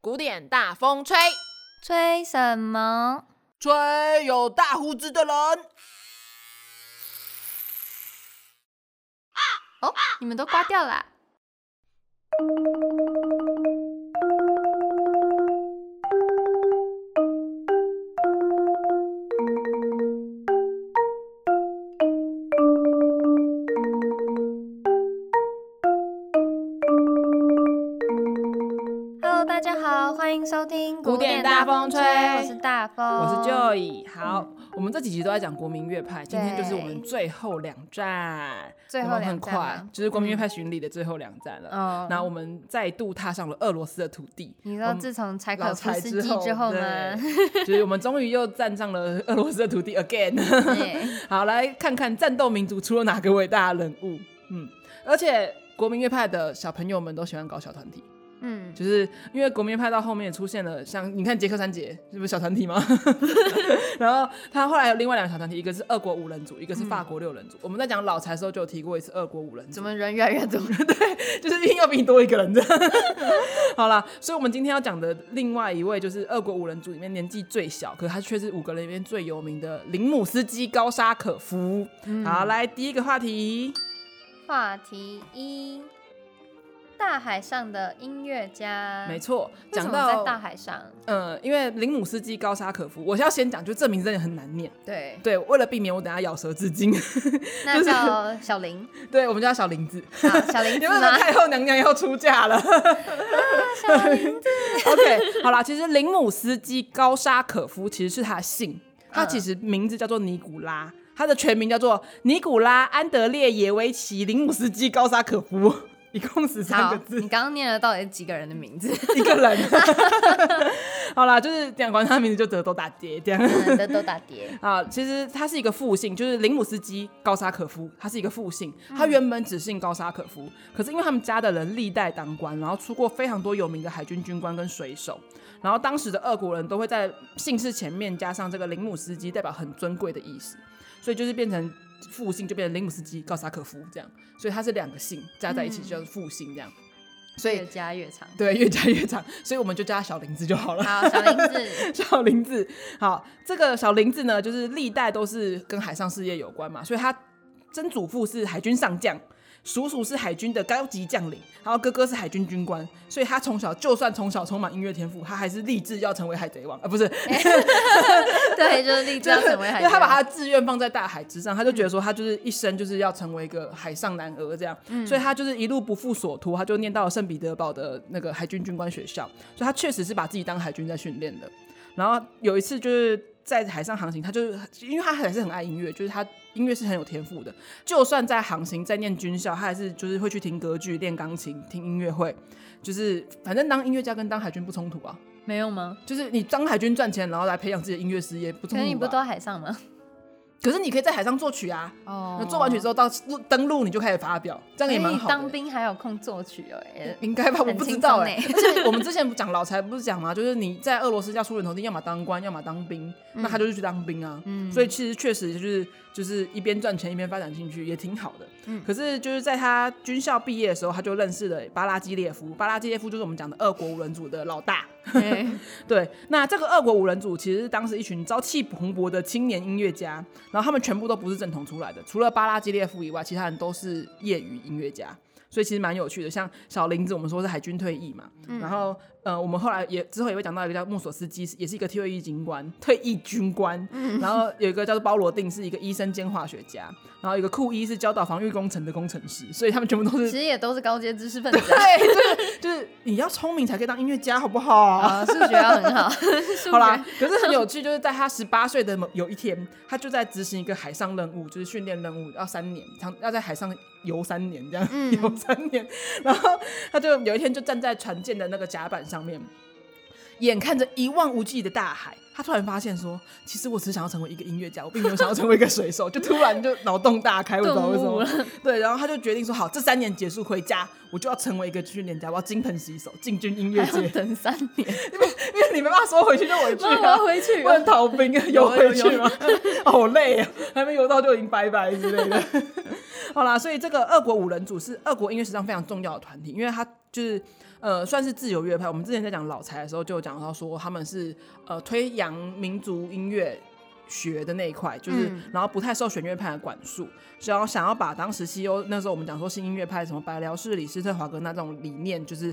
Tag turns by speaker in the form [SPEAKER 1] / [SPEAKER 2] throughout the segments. [SPEAKER 1] 古典大风吹，
[SPEAKER 2] 吹什么？
[SPEAKER 1] 吹有大胡子的人。
[SPEAKER 2] 哦，你们都刮掉啊啦。Hello，大家好，欢迎收听
[SPEAKER 1] 古典大风吹
[SPEAKER 2] 我是大风，
[SPEAKER 1] 我是 Joy，好，我们这几集都在讲国民乐派，今天就是我们最后两站，
[SPEAKER 2] 最
[SPEAKER 1] 我
[SPEAKER 2] 后
[SPEAKER 1] 们很
[SPEAKER 2] 两站
[SPEAKER 1] 快
[SPEAKER 2] 吗，
[SPEAKER 1] 就是国民乐派巡礼的最后两站了。
[SPEAKER 2] 嗯，
[SPEAKER 1] 那我们再度踏上了俄罗斯的土地，
[SPEAKER 2] 你
[SPEAKER 1] 我
[SPEAKER 2] 说
[SPEAKER 1] 们
[SPEAKER 2] 自从柴
[SPEAKER 1] 老
[SPEAKER 2] 可夫
[SPEAKER 1] 柴
[SPEAKER 2] 斯
[SPEAKER 1] 之
[SPEAKER 2] 基
[SPEAKER 1] 后
[SPEAKER 2] 之后吗？
[SPEAKER 1] 对就是我们终于又站上了俄罗斯的土地 again。
[SPEAKER 2] 对，
[SPEAKER 1] 好，来看看战斗民族出了哪个伟大的人物。嗯，而且国民乐派的小朋友们都喜欢搞小团体，
[SPEAKER 2] 嗯，
[SPEAKER 1] 就是因为国民乐派到后面也出现了像你看杰克三杰是不是小团 体吗？ 然后他后来有另外两个小团体，一个是俄国五人组，一个是法国六人组。我们在讲老柴的时候就有提过一次俄国五人组，
[SPEAKER 2] 嗯怎么人越来越多？
[SPEAKER 1] 就是硬要比你多一个人的。 好啦，所以我们今天要讲的另外一位就是俄国五人组里面年纪最小，可是他却是五个人里面最有名的林姆斯基高沙可夫。
[SPEAKER 2] 嗯
[SPEAKER 1] 好，来第一个话题，
[SPEAKER 2] 话题一：大海上的音乐家。
[SPEAKER 1] 没，错，
[SPEAKER 2] 嗯为什
[SPEAKER 1] 讲
[SPEAKER 2] 么在大
[SPEAKER 1] 到。
[SPEAKER 2] 海上？
[SPEAKER 1] 呃，因为林姆斯基高沙可夫，我要先讲，就这名字真的很难念。
[SPEAKER 2] 对，
[SPEAKER 1] 对，为了避免我等下咬舌自尽，
[SPEAKER 2] 那叫小林，
[SPEAKER 1] 对我们叫小林子。
[SPEAKER 2] 好，小林
[SPEAKER 1] 你
[SPEAKER 2] 子
[SPEAKER 1] 们的
[SPEAKER 2] 吗？
[SPEAKER 1] 太后娘娘要出嫁了。
[SPEAKER 2] 小林子，
[SPEAKER 1] OK，好啦，其实林姆斯基高沙可夫其实是他的姓，他
[SPEAKER 2] 嗯
[SPEAKER 1] 其实名字叫做尼古拉，他的全名叫做尼古拉安德烈耶维奇林姆斯基高沙可夫，一共十 三
[SPEAKER 2] 好
[SPEAKER 1] 个，字
[SPEAKER 2] 你，刚刚念了到底是几个人的名字？
[SPEAKER 1] 一个人。 好啦，就是讲完他的名字就得都打结这样。
[SPEAKER 2] 嗯都都打 碟。
[SPEAKER 1] 啊，其实他是一个复姓，就是林姆斯基高沙可夫，他是一个复姓，
[SPEAKER 2] 嗯
[SPEAKER 1] 他原本只姓高沙可夫，可是因为他们家的人历代当官，然后出过非常多有名的海军军官跟水手，然后当时的俄国人都会在姓氏前面加上这个林姆斯基，代表很尊贵的意思，所以就是变成复姓，就变成林姆斯基高沙可夫这样，所以他是两个姓加在一
[SPEAKER 2] 嗯
[SPEAKER 1] 起就是复姓这样，所以
[SPEAKER 2] 越加越长。
[SPEAKER 1] 对越加越长，所以我们就叫他小林子就好了。
[SPEAKER 2] 好，小林 子，
[SPEAKER 1] 小林子，好，这个小林子呢，就是历代都是跟海上事业有关嘛，所以他曾祖父是海军上将，叔叔是海军的高级将领，然后哥哥是海军军官，所以他从小就算从小充满音乐天赋，他还是立志要成为海贼王，啊，不是，
[SPEAKER 2] 对，就是 立志要成为海嗯
[SPEAKER 1] 因为
[SPEAKER 2] 贼
[SPEAKER 1] 他把
[SPEAKER 2] 王。
[SPEAKER 1] 他的志愿放在大海之上，他就觉得说他就是一生就是要成为一个海上男儿这样，
[SPEAKER 2] 嗯
[SPEAKER 1] 所以他就是一路不负所托，他就念到了圣彼得堡的那个海军军官学校，所以他确实是把自己当海军在训练的。然后有一次就是在海上航行，他就是因为他还是很爱音乐，就是他音乐是很有天赋的，就算在航行在念军校，他还是就是会去听歌剧、练钢琴、听音乐会，就是反正当音乐家跟当海军不冲突啊。
[SPEAKER 2] 没有吗？
[SPEAKER 1] 就是你当海军赚钱，然后来培养自己的音乐事业，不
[SPEAKER 2] 可
[SPEAKER 1] 冲突、
[SPEAKER 2] 是
[SPEAKER 1] 啊。
[SPEAKER 2] 你不都海上吗？
[SPEAKER 1] 可是你可以在海上作曲啊，
[SPEAKER 2] 哦
[SPEAKER 1] 那做完曲之后
[SPEAKER 2] 后，
[SPEAKER 1] 到陆登陆你就开始发表，这样也
[SPEAKER 2] 所以
[SPEAKER 1] 蛮
[SPEAKER 2] 你
[SPEAKER 1] 好的。
[SPEAKER 2] 当兵还有空作曲哦。哎
[SPEAKER 1] 应该吧，我
[SPEAKER 2] 很
[SPEAKER 1] 不知
[SPEAKER 2] 轻
[SPEAKER 1] 道
[SPEAKER 2] 松
[SPEAKER 1] 哎、
[SPEAKER 2] 欸
[SPEAKER 1] 而且 我们之前讲老柴不是讲吗？就是你在俄罗斯要出人头地，要么当官，要么当兵，
[SPEAKER 2] 嗯
[SPEAKER 1] 那他就是去当兵啊。所以其实确实就是就是一边赚钱一边发展兴趣，也挺好的。
[SPEAKER 2] 嗯
[SPEAKER 1] 可是就是在他军校毕业的时候，他就认识了巴拉基列夫。巴拉基列夫就是我们讲的俄国无人组的老大。
[SPEAKER 2] 哎
[SPEAKER 1] 对，那这个俄国五人组其实是当时一群朝气蓬勃的青年音乐家，然后他们全部都不是正统出来的，除了巴拉基列夫以外，其他人都是业余音乐家，所以其实蛮有趣的。像小林子，我们说是海军退役嘛，然后呃，我们后来也之后也会讲到一个叫穆索斯基，也是一个退役军官，退役军官，然后有一个叫做包罗定，是一个医生兼化学家，然后有一个库伊是教导防御工程的工程师，所以他们全部都
[SPEAKER 2] 其
[SPEAKER 1] 是。
[SPEAKER 2] 实也都是高阶知识分子啊。
[SPEAKER 1] 对，就是就是你要聪明才可以当音乐家，好不好？
[SPEAKER 2] 啊，数学要很 好，数
[SPEAKER 1] 好啦
[SPEAKER 2] 学，
[SPEAKER 1] 可是很有趣，就是在他十八岁的某有一天，他就在执行一个海上任务，就是训练任务，要三年，长要在海上游三年这样， 游三年。然后他就有一天就站在船舰的那个甲板上面，眼看着一望无际的大海，他突然发现说，其实我只想要成为一个音乐家，我并没有想要成为一个水手，就突然就脑洞大开，我不知道为什
[SPEAKER 2] 顿悟
[SPEAKER 1] 么。 对，然后他就决定说，好，这三年结束回家，我就要成为一个训练家，我要金盆洗手，进军音乐
[SPEAKER 2] 还
[SPEAKER 1] 界。
[SPEAKER 2] 要等三年。
[SPEAKER 1] 因为你没办法说回去就回去、
[SPEAKER 2] 妈，
[SPEAKER 1] 啊，
[SPEAKER 2] 我要回去
[SPEAKER 1] 不能
[SPEAKER 2] 了。
[SPEAKER 1] 逃兵啊，游
[SPEAKER 2] 有
[SPEAKER 1] 回去
[SPEAKER 2] 有有
[SPEAKER 1] 吗？好累啊，还没游到就已经拜拜之类的。好啦，所以这个俄国五人组是俄国音乐史上非常重要的团体，因为他就是。呃，算是自由乐派。我们之前在讲老财的时候，就有讲到说他们是呃推扬民族音乐学的那一块，就是、
[SPEAKER 2] 嗯
[SPEAKER 1] 然后不太受弦乐派的管束，然后想要把当时西欧那时候我们讲说新音乐派什么白辽士、李斯特、华格纳这种理念，就是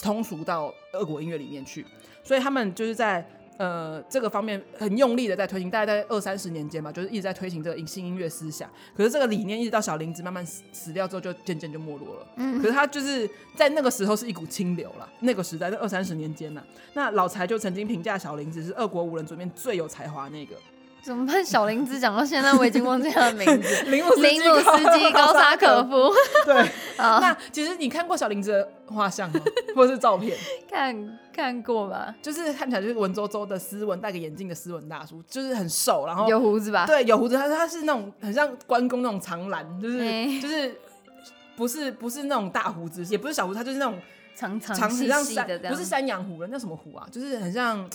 [SPEAKER 1] 通俗到俄国音乐里面去，所以他们就是在。呃，这个方面很用力的在推行，大概在二三十年间吧，就是一直在推行这个新音乐思想。可是这个理念一直到小林子慢慢死死掉之后，就渐渐就没落了。
[SPEAKER 2] 嗯
[SPEAKER 1] 可是他就是在那个时候是一股清流啦，那个时代，在二三十年间呐、那老柴就曾经评价小林子是俄国五人组里面最有才华那 个，。
[SPEAKER 2] 怎么办？小林子讲到现在，我已经忘记他的名字
[SPEAKER 1] 林姆斯
[SPEAKER 2] 林姆斯基、 高沙可。夫，
[SPEAKER 1] 对，
[SPEAKER 2] 好，
[SPEAKER 1] 那其实你看过小林子的画像吗？或者是照片？
[SPEAKER 2] 看看过吧？
[SPEAKER 1] 就是看起来就是文绉绉的斯文，戴个眼镜的斯文大叔，就是很瘦，然后
[SPEAKER 2] 有啊胡子吧？
[SPEAKER 1] 对，有胡子，他他是那种很像关公那种长髯，就是、
[SPEAKER 2] 哎
[SPEAKER 1] 就是不是不是那种大胡子，也不是小胡子，他就是那种
[SPEAKER 2] 长长
[SPEAKER 1] 长
[SPEAKER 2] 细
[SPEAKER 1] 很像
[SPEAKER 2] 细
[SPEAKER 1] 山
[SPEAKER 2] 的这，样，
[SPEAKER 1] 不是山羊胡人，那什么胡啊？就是很像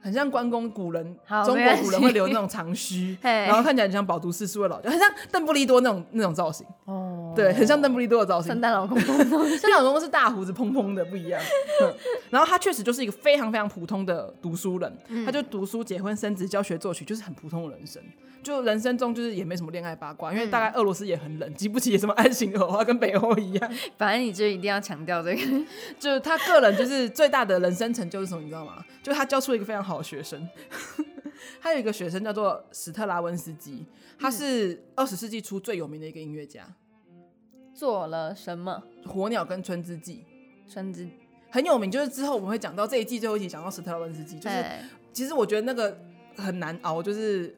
[SPEAKER 1] 很像关公古人，
[SPEAKER 2] 好
[SPEAKER 1] 中
[SPEAKER 2] 没
[SPEAKER 1] 国
[SPEAKER 2] 关
[SPEAKER 1] 古人
[SPEAKER 2] 系，
[SPEAKER 1] 会留那种长须
[SPEAKER 2] 嘿
[SPEAKER 1] 然后看起来很像饱读诗书的老人，很像邓布利多那种那种造型，
[SPEAKER 2] 哦，
[SPEAKER 1] 对，很像邓布利多的造型
[SPEAKER 2] 圣。诞老公 公。
[SPEAKER 1] 圣诞老公公是大胡子蓬蓬的，不一样。嗯然后他确实就是一个非常非常普通的读书人，
[SPEAKER 2] 嗯
[SPEAKER 1] 他就读书、结婚、升职、教学、作曲，就是很普通的人生。就人生中就是也没什么恋爱八卦，因
[SPEAKER 2] 嗯
[SPEAKER 1] 为大概俄罗斯也很冷，经不起什么爱情的花，跟北欧一样。
[SPEAKER 2] 反正你就一定要强调这个，
[SPEAKER 1] 就是他个人就是最大的人生成就是什么，你知道吗？就是他教出一个非常好的学生。 他有一个学生叫做史特拉温斯基，他是二十世纪初最有名的一个音乐家，
[SPEAKER 2] 做了什么？
[SPEAKER 1] 《火鸟》跟《春之祭》
[SPEAKER 2] 春之
[SPEAKER 1] 很有名。就是之后我们会讲到这一季最后一集，讲到史特拉温斯基，就是
[SPEAKER 2] 哎
[SPEAKER 1] 其实我觉得那个很难熬，就是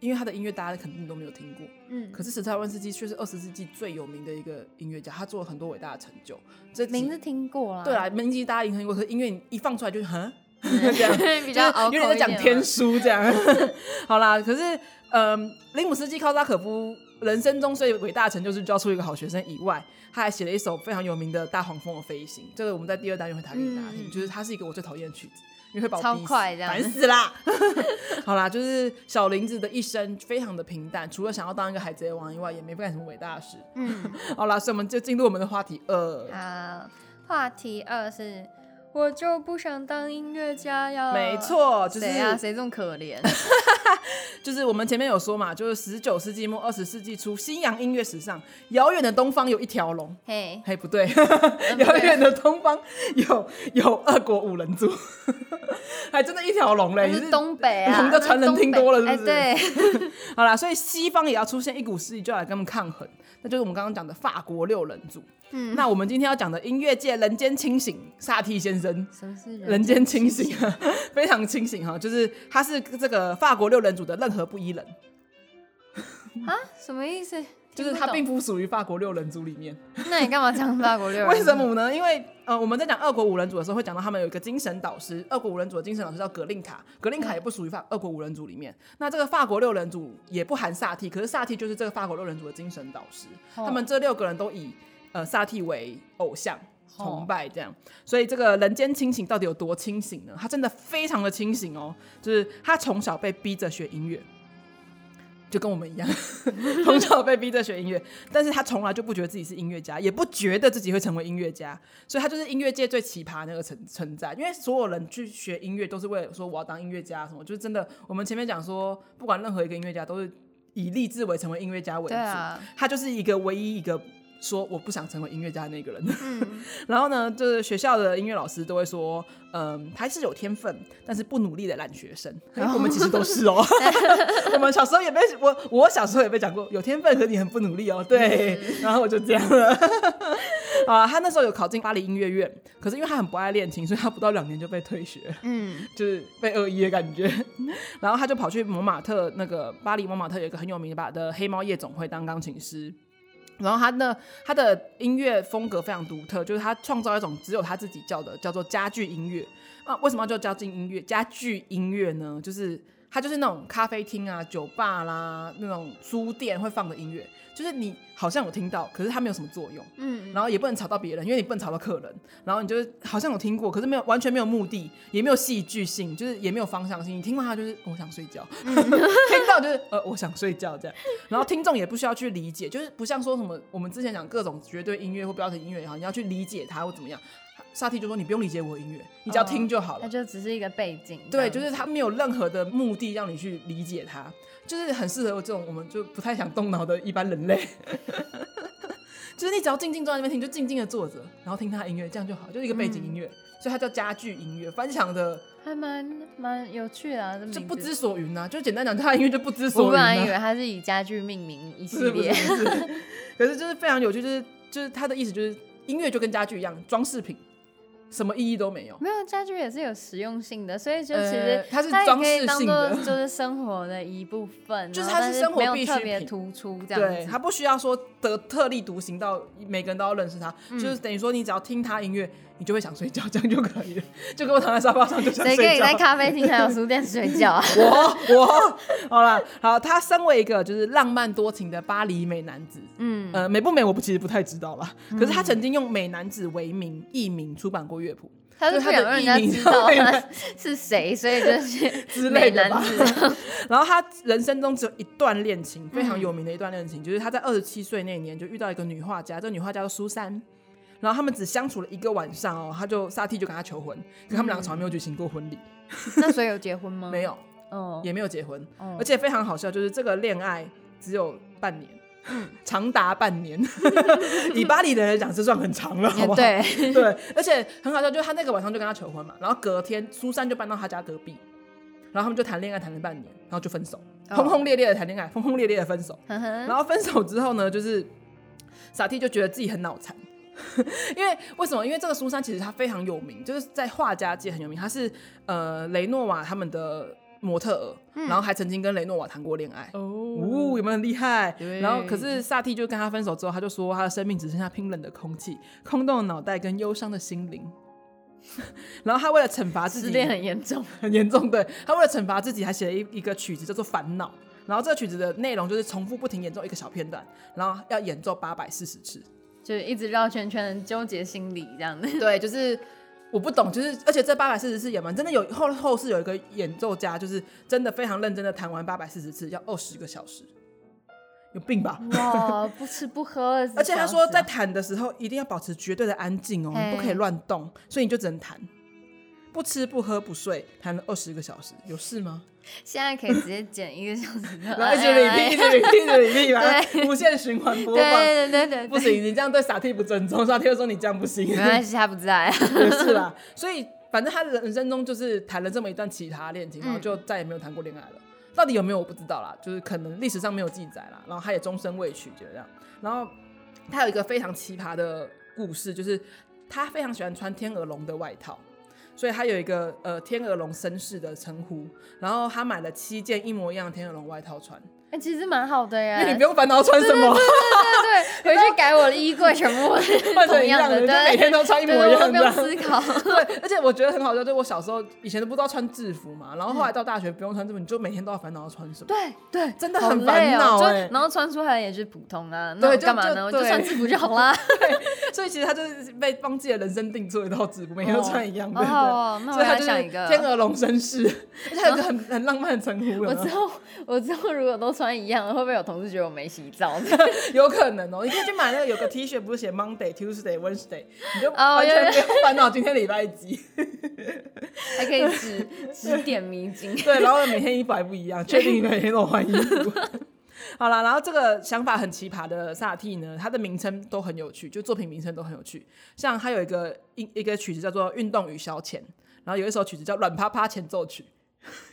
[SPEAKER 1] 因为他的音乐大家肯定都没有听过，
[SPEAKER 2] 嗯，
[SPEAKER 1] 可是史特拉温斯基却是二十世纪最有名的一个音乐家，他做了很多伟大的成就。这
[SPEAKER 2] 名
[SPEAKER 1] 字
[SPEAKER 2] 字听过啦，
[SPEAKER 1] 对 啊，名字大家一定听过，可是音乐你一放出来就是哼。
[SPEAKER 2] 嗯，比
[SPEAKER 1] 就
[SPEAKER 2] 较
[SPEAKER 1] 是
[SPEAKER 2] 拗口
[SPEAKER 1] 有点在讲
[SPEAKER 2] 一
[SPEAKER 1] 天
[SPEAKER 2] 嘛
[SPEAKER 1] 书这样。 好啦，可是嗯，林姆斯基考扎可夫人生中最伟大的成就是教出一个好学生以外，他还写了一首非常有名的《大黄蜂的飞行》，这个我们在第二单元会弹给大家
[SPEAKER 2] 嗯
[SPEAKER 1] 听，就是它是一个我最讨厌的曲子。因为会把
[SPEAKER 2] 超
[SPEAKER 1] 我逼死
[SPEAKER 2] 快这样
[SPEAKER 1] 烦死啦！ 好啦，就是小林子的一生非常的平淡，除了想要当一个海贼王以外，也没干什么伟大的事。
[SPEAKER 2] 嗯
[SPEAKER 1] 好啦，所以我们就进入我们的话题二。
[SPEAKER 2] 啊，话题二是，我就不想当音乐家呀，
[SPEAKER 1] 没，错，就是
[SPEAKER 2] 谁呀？谁这么 可怜？
[SPEAKER 1] 就是我们前面有说嘛，就是十九世纪末二十世纪初，西洋音乐史上遥远的东方有一条龙。
[SPEAKER 2] 嘿，
[SPEAKER 1] 嘿，不对，
[SPEAKER 2] 嗯
[SPEAKER 1] 遥远的东方有有俄国五人组， 还真的一条龙嘞。
[SPEAKER 2] 那
[SPEAKER 1] 你
[SPEAKER 2] 是东北啊，
[SPEAKER 1] 我们的传人听多了是不是
[SPEAKER 2] 哎对，
[SPEAKER 1] 好啦，所以西方也要出现一股势力，就要来跟他们抗衡，那就是我们刚刚讲的法国六人组。
[SPEAKER 2] 嗯
[SPEAKER 1] 那我们今天要讲的音乐界人间清醒，萨蒂先生。
[SPEAKER 2] 什么是
[SPEAKER 1] 人间清醒 啊，非常清醒哈、就是他是这个法国六人组的任何不一人，
[SPEAKER 2] 啊？什么意思？
[SPEAKER 1] 就是
[SPEAKER 2] 听不
[SPEAKER 1] 他
[SPEAKER 2] 懂
[SPEAKER 1] 并不属于法国六人组里面。
[SPEAKER 2] 那你干嘛讲法国六人？
[SPEAKER 1] 为什？么呢？因为呃，我们在讲俄国五人组的时候，会讲到他们有一个精神导师，俄国五人组的精神导师叫格令卡，格令卡也不属于法俄国五人组里面。那这个法国六人组也不含萨蒂，可是萨蒂就是这个法国六人组的精神导师，
[SPEAKER 2] 哦
[SPEAKER 1] 他们这六个人都以呃萨蒂为偶像。
[SPEAKER 2] 哦
[SPEAKER 1] 崇拜这样，所以这个人间清醒到底有多清醒呢？他真的非常的清醒哦，就是他从小被逼着学音乐，就跟我们一样， 从小被逼着学音乐，但是他从来就不觉得自己是音乐家，也不觉得自己会成为音乐家，所以他就是音乐界最奇葩那个存存在。因为所有人去学音乐都是为了说我要当音乐家什么，就是真的。我们前面讲说，不管任何一个音乐家都是以立志为成为音乐家为主，
[SPEAKER 2] 对啊，
[SPEAKER 1] 他就是一个唯一一个说我不想成为音乐家的那个人。
[SPEAKER 2] 嗯，
[SPEAKER 1] 然后呢，就是学校的音乐老师都会说，嗯，还是有天分，但是不努力的懒学生。因为我们其实都是哦， 我们小时候也被我我小时候也被讲过，有天分可你很不努力哦。对，然后我就这样了。 啊，他那时候有考进巴黎音乐院，可是因为他很不爱练琴，所以他不到两年就被退学了。
[SPEAKER 2] 嗯，
[SPEAKER 1] 就是被恶意的感觉。 然后他就跑去蒙马特那个巴黎蒙马特有一个很有名的吧的黑猫夜总会当钢琴师。然后他呢，他的音乐风格非常独特，就是他创造一种只有他自己叫的叫做家具音乐啊。为什么要叫家具音乐？家具音乐呢，就是它就是那种咖啡厅啊、酒吧啦、那种书店会放的音乐，就是你好像有听到，可是它没有什么作用。
[SPEAKER 2] 嗯，
[SPEAKER 1] 然后也不能吵到别人，因为你不能吵到客人。然后你就是好像有听过，可是没有完全没有目的，也没有戏剧性，就是也没有方向性。你听完它就是哦我想睡觉，
[SPEAKER 2] 嗯
[SPEAKER 1] 听到就是呃我想睡觉这样。然后听众也不需要去理解，就是不像说什么我们之前讲各种绝对音乐或标准音乐也好，你要去理解它或怎么样。萨蒂就说你不用理解我的音乐，你只要听就好了
[SPEAKER 2] 它。就只是一个背景。
[SPEAKER 1] 对，就是他没有任何的目的让你去理解它，就是很适合这种我们就不太想动脑的一般人 类。就是你只要静静坐在那边听，就静静的坐着，然后听他的音乐，这样就好，就是一个背景音乐，
[SPEAKER 2] 嗯
[SPEAKER 1] 所以它叫家具音乐，翻墙的
[SPEAKER 2] 还蛮蛮有趣的、啊，这名字
[SPEAKER 1] 就不知所云呐、啊就简单讲，他的音乐就不知
[SPEAKER 2] 我
[SPEAKER 1] 所云、
[SPEAKER 2] 本来以
[SPEAKER 1] 啊。
[SPEAKER 2] 为它是以家具命名一系
[SPEAKER 1] 不是不是
[SPEAKER 2] 列
[SPEAKER 1] 不，是，可是就是非常有趣，就是就是他的意思就是音乐就跟家具一样，装饰品，什么意义都没有。
[SPEAKER 2] 没有家具也是有实用性的，所以就其
[SPEAKER 1] 呃
[SPEAKER 2] 实
[SPEAKER 1] 它是
[SPEAKER 2] 它也
[SPEAKER 1] 装
[SPEAKER 2] 可以
[SPEAKER 1] 饰
[SPEAKER 2] 当
[SPEAKER 1] 性
[SPEAKER 2] 做
[SPEAKER 1] 的
[SPEAKER 2] 就是生活的一部分，
[SPEAKER 1] 就是
[SPEAKER 2] 然
[SPEAKER 1] 它
[SPEAKER 2] 后但
[SPEAKER 1] 是
[SPEAKER 2] 是
[SPEAKER 1] 生活
[SPEAKER 2] 没有
[SPEAKER 1] 必
[SPEAKER 2] 特
[SPEAKER 1] 需
[SPEAKER 2] 别
[SPEAKER 1] 品
[SPEAKER 2] 突出这
[SPEAKER 1] 对
[SPEAKER 2] 样
[SPEAKER 1] 他
[SPEAKER 2] 子。
[SPEAKER 1] 不需要说得特立独行到每个人都要认识他，
[SPEAKER 2] 嗯
[SPEAKER 1] 就是等于说你只要听他音乐，你就会想睡觉， 这样就可以了，就跟我躺在沙发上就想
[SPEAKER 2] 谁跟
[SPEAKER 1] 睡
[SPEAKER 2] 你在
[SPEAKER 1] 觉。
[SPEAKER 2] 咖啡厅还有书店睡 觉啊？
[SPEAKER 1] 我我好了，好，他身为一个就是浪漫多情的巴黎美男子，
[SPEAKER 2] 嗯，
[SPEAKER 1] 呃，美不美我不其实不太知道啦，可是他曾经用美男子为名艺名出版过乐谱
[SPEAKER 2] 他是不想让人家知道他 是谁，所以 就是
[SPEAKER 1] 之类
[SPEAKER 2] 美
[SPEAKER 1] 的吧
[SPEAKER 2] 男。子。
[SPEAKER 1] 然后他人生中只有一段恋情，非
[SPEAKER 2] 嗯
[SPEAKER 1] 常有名的一段恋情，就是他在二十七岁那一年就遇到一个女画家，这个女画家叫苏珊。然后他们只相处了一个晚上哦，他就萨蒂就跟她求婚，可他们两个从来没有举行过婚礼，
[SPEAKER 2] 那所以有结婚吗？
[SPEAKER 1] 没有，
[SPEAKER 2] 哦，
[SPEAKER 1] 也没有结婚，
[SPEAKER 2] 哦
[SPEAKER 1] 而且非常好笑，就是这个恋爱只有半年，
[SPEAKER 2] 嗯
[SPEAKER 1] 长达半 年，以巴黎人来讲是算很长了，好不好？
[SPEAKER 2] 对，
[SPEAKER 1] 对，而且很好笑，就是他那个晚上就跟他求婚嘛，然后隔天苏珊就搬到他家隔壁，然后他们就谈恋爱谈了半年，然后就分手，
[SPEAKER 2] 哦嗯
[SPEAKER 1] 轰轰烈烈的谈恋爱，轰轰烈烈的分手。
[SPEAKER 2] 呵呵
[SPEAKER 1] 然后分手之后呢，就是傻 T 就觉得自己很脑残。 因为为什么？因为这个苏珊其实她非常有名，就是在画家界很有名。她是呃雷诺瓦他们的模特儿，然后还曾经跟雷诺瓦谈过恋爱。
[SPEAKER 2] 哦，
[SPEAKER 1] 哦，有没有很厉害？
[SPEAKER 2] 对
[SPEAKER 1] 然后可是萨蒂就跟他分手之后，他就说他的生命只剩下冰冷的空气、空洞的脑袋跟忧伤的心灵。 然后他为了惩罚自己，
[SPEAKER 2] 失恋很严重，
[SPEAKER 1] 很严重，对他为了惩罚自己，还写了一一个曲子叫做《烦恼》，然后这个曲子的内容就是重复不停演奏一个小片段，然后要演奏八百四十 次。
[SPEAKER 2] 就一直绕圈圈，纠结心理 这样的。
[SPEAKER 1] 对，就是我不懂，就是而且这八百四十次演完，真的有后后世有一个演奏家，就是真的非常认真的弹完八百四十次，要二十个小时，有病吧？
[SPEAKER 2] 哇，不吃不喝，
[SPEAKER 1] 而且他说，在弹的时候一定要保持绝对的安静哦，
[SPEAKER 2] 嘿
[SPEAKER 1] 你不可以乱动，所以你就只能弹，不吃不喝不睡，弹了二十个小时，有事吗？
[SPEAKER 2] 现在可以直接剪一个小时 的哎
[SPEAKER 1] 然后一直 repeat，一直 repeat，一直 repeat，把它无限循环播放。
[SPEAKER 2] 对对对对，
[SPEAKER 1] 不行，你这样对傻 T 不尊重，傻 T 就说你这样不行，
[SPEAKER 2] 没关系，他不在。
[SPEAKER 1] 也是啦。 所以反正他人生中就是谈了这么一段奇葩恋情，
[SPEAKER 2] 嗯
[SPEAKER 1] 然后就再也没有谈过恋爱了。到底有没有我不知道啦，就是可能历史上没有记载啦。然后他也终身未娶，就这样。然后他有一个非常奇葩的故事，就是他非常喜欢穿天鹅绒的外套。所以他有一个呃天鹅绒绅士的称呼，然后他买了七件一模一样的天鹅绒外套穿，
[SPEAKER 2] 哎，其实蛮好的
[SPEAKER 1] 因
[SPEAKER 2] 耶，
[SPEAKER 1] 为你不用烦恼穿什么，
[SPEAKER 2] 对对，回去改我的衣柜，全部
[SPEAKER 1] 换成
[SPEAKER 2] 同
[SPEAKER 1] 一样
[SPEAKER 2] 的，
[SPEAKER 1] 就每
[SPEAKER 2] 对，
[SPEAKER 1] 天都穿一模
[SPEAKER 2] 对，
[SPEAKER 1] 一
[SPEAKER 2] 我
[SPEAKER 1] 样
[SPEAKER 2] 不
[SPEAKER 1] 的。
[SPEAKER 2] 用思考。
[SPEAKER 1] 对， 而且我觉得很好笑，就是我小时候以前都不知道穿制服嘛，然后后来到大学不用穿制服，你就每天都要烦恼要穿什么。
[SPEAKER 2] 对对，
[SPEAKER 1] 真的
[SPEAKER 2] 好
[SPEAKER 1] 很
[SPEAKER 2] 累
[SPEAKER 1] 烦恼
[SPEAKER 2] 哦。就
[SPEAKER 1] 哎
[SPEAKER 2] 然后穿出来也是普通啊，那
[SPEAKER 1] 对
[SPEAKER 2] 我
[SPEAKER 1] 就
[SPEAKER 2] 干嘛
[SPEAKER 1] 就
[SPEAKER 2] 呢？我就
[SPEAKER 1] 对
[SPEAKER 2] 穿制服就好啦。
[SPEAKER 1] 欸所以其实他就是被帮自己的人生定做一套制服，每天都穿一样的。
[SPEAKER 2] 哦好哦，
[SPEAKER 1] 对
[SPEAKER 2] 那我
[SPEAKER 1] 所以他
[SPEAKER 2] 要
[SPEAKER 1] 就是
[SPEAKER 2] 想一个。
[SPEAKER 1] 天鹅绒绅士， 而且他有一个很很浪漫的称呼，有没
[SPEAKER 2] 我
[SPEAKER 1] 有
[SPEAKER 2] 之后，我之后如果都穿一样，会不会有同事觉得我没洗澡？
[SPEAKER 1] 有可能哦。你可以去买那个有个 T 恤，不是写 Monday、Tuesday、Wednesday，你就
[SPEAKER 2] 哦
[SPEAKER 1] 完全
[SPEAKER 2] 有
[SPEAKER 1] 不用烦恼今天礼拜几。
[SPEAKER 2] 还可以指指点迷津。
[SPEAKER 1] 对，然后每天衣服还不一样，确定每天都换衣服。 好了，然后这个想法很奇葩的萨蒂呢，它的名称都很有趣，就作品名称都很有趣。像它有一个一一个曲子叫做《运动与消遣》，然后有一首曲子叫《软趴趴前奏曲》，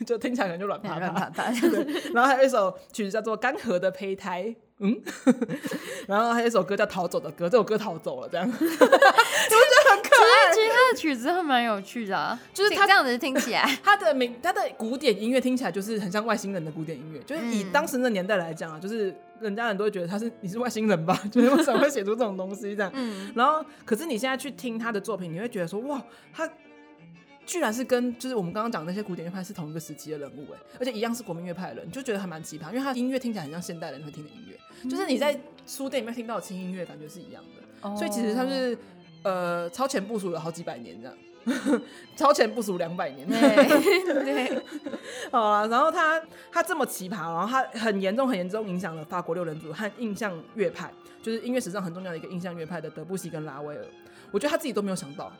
[SPEAKER 1] 就听起来可能就软趴
[SPEAKER 2] 啪
[SPEAKER 1] 趴。
[SPEAKER 2] 啪啪！
[SPEAKER 1] 然后还有一首曲子叫做《干涸的胚胎》，嗯， 然后还有一首歌叫《逃走的歌》，这首歌逃走了，这样
[SPEAKER 2] 其实他的曲子还蛮有趣的、啊，
[SPEAKER 1] 就是
[SPEAKER 2] 听
[SPEAKER 1] 他
[SPEAKER 2] 这样子听起来，
[SPEAKER 1] 它的名，它的古典音乐听起来就是很像外星人的古典音乐，就是以当时的年代来讲啊，就是人家人都会觉得他是 你是外星人吧，就是为什么会写出这种东西这样。然后，可是你现在去听他的作品，你会觉得说哇，他居然是跟就是我们刚刚讲的那些古典乐派是同一个时期的人物哎，而且一样是国民乐派的人，你就觉得还蛮奇葩，因为他的音乐听起来很像现代人会听的音乐，就是你在书店里面听到的轻音乐感觉是一样的。
[SPEAKER 2] 哦
[SPEAKER 1] 所以其实它是呃超前部署了好几百年这样， 超前部署两百年。
[SPEAKER 2] 对对，
[SPEAKER 1] 好啊，然后他他这么奇葩，然后他很严重很严重影响了法国六人组和印象乐派，就是音乐史上很重要的一个印象乐派的德布西跟拉威尔。我觉得他自己都没有想到，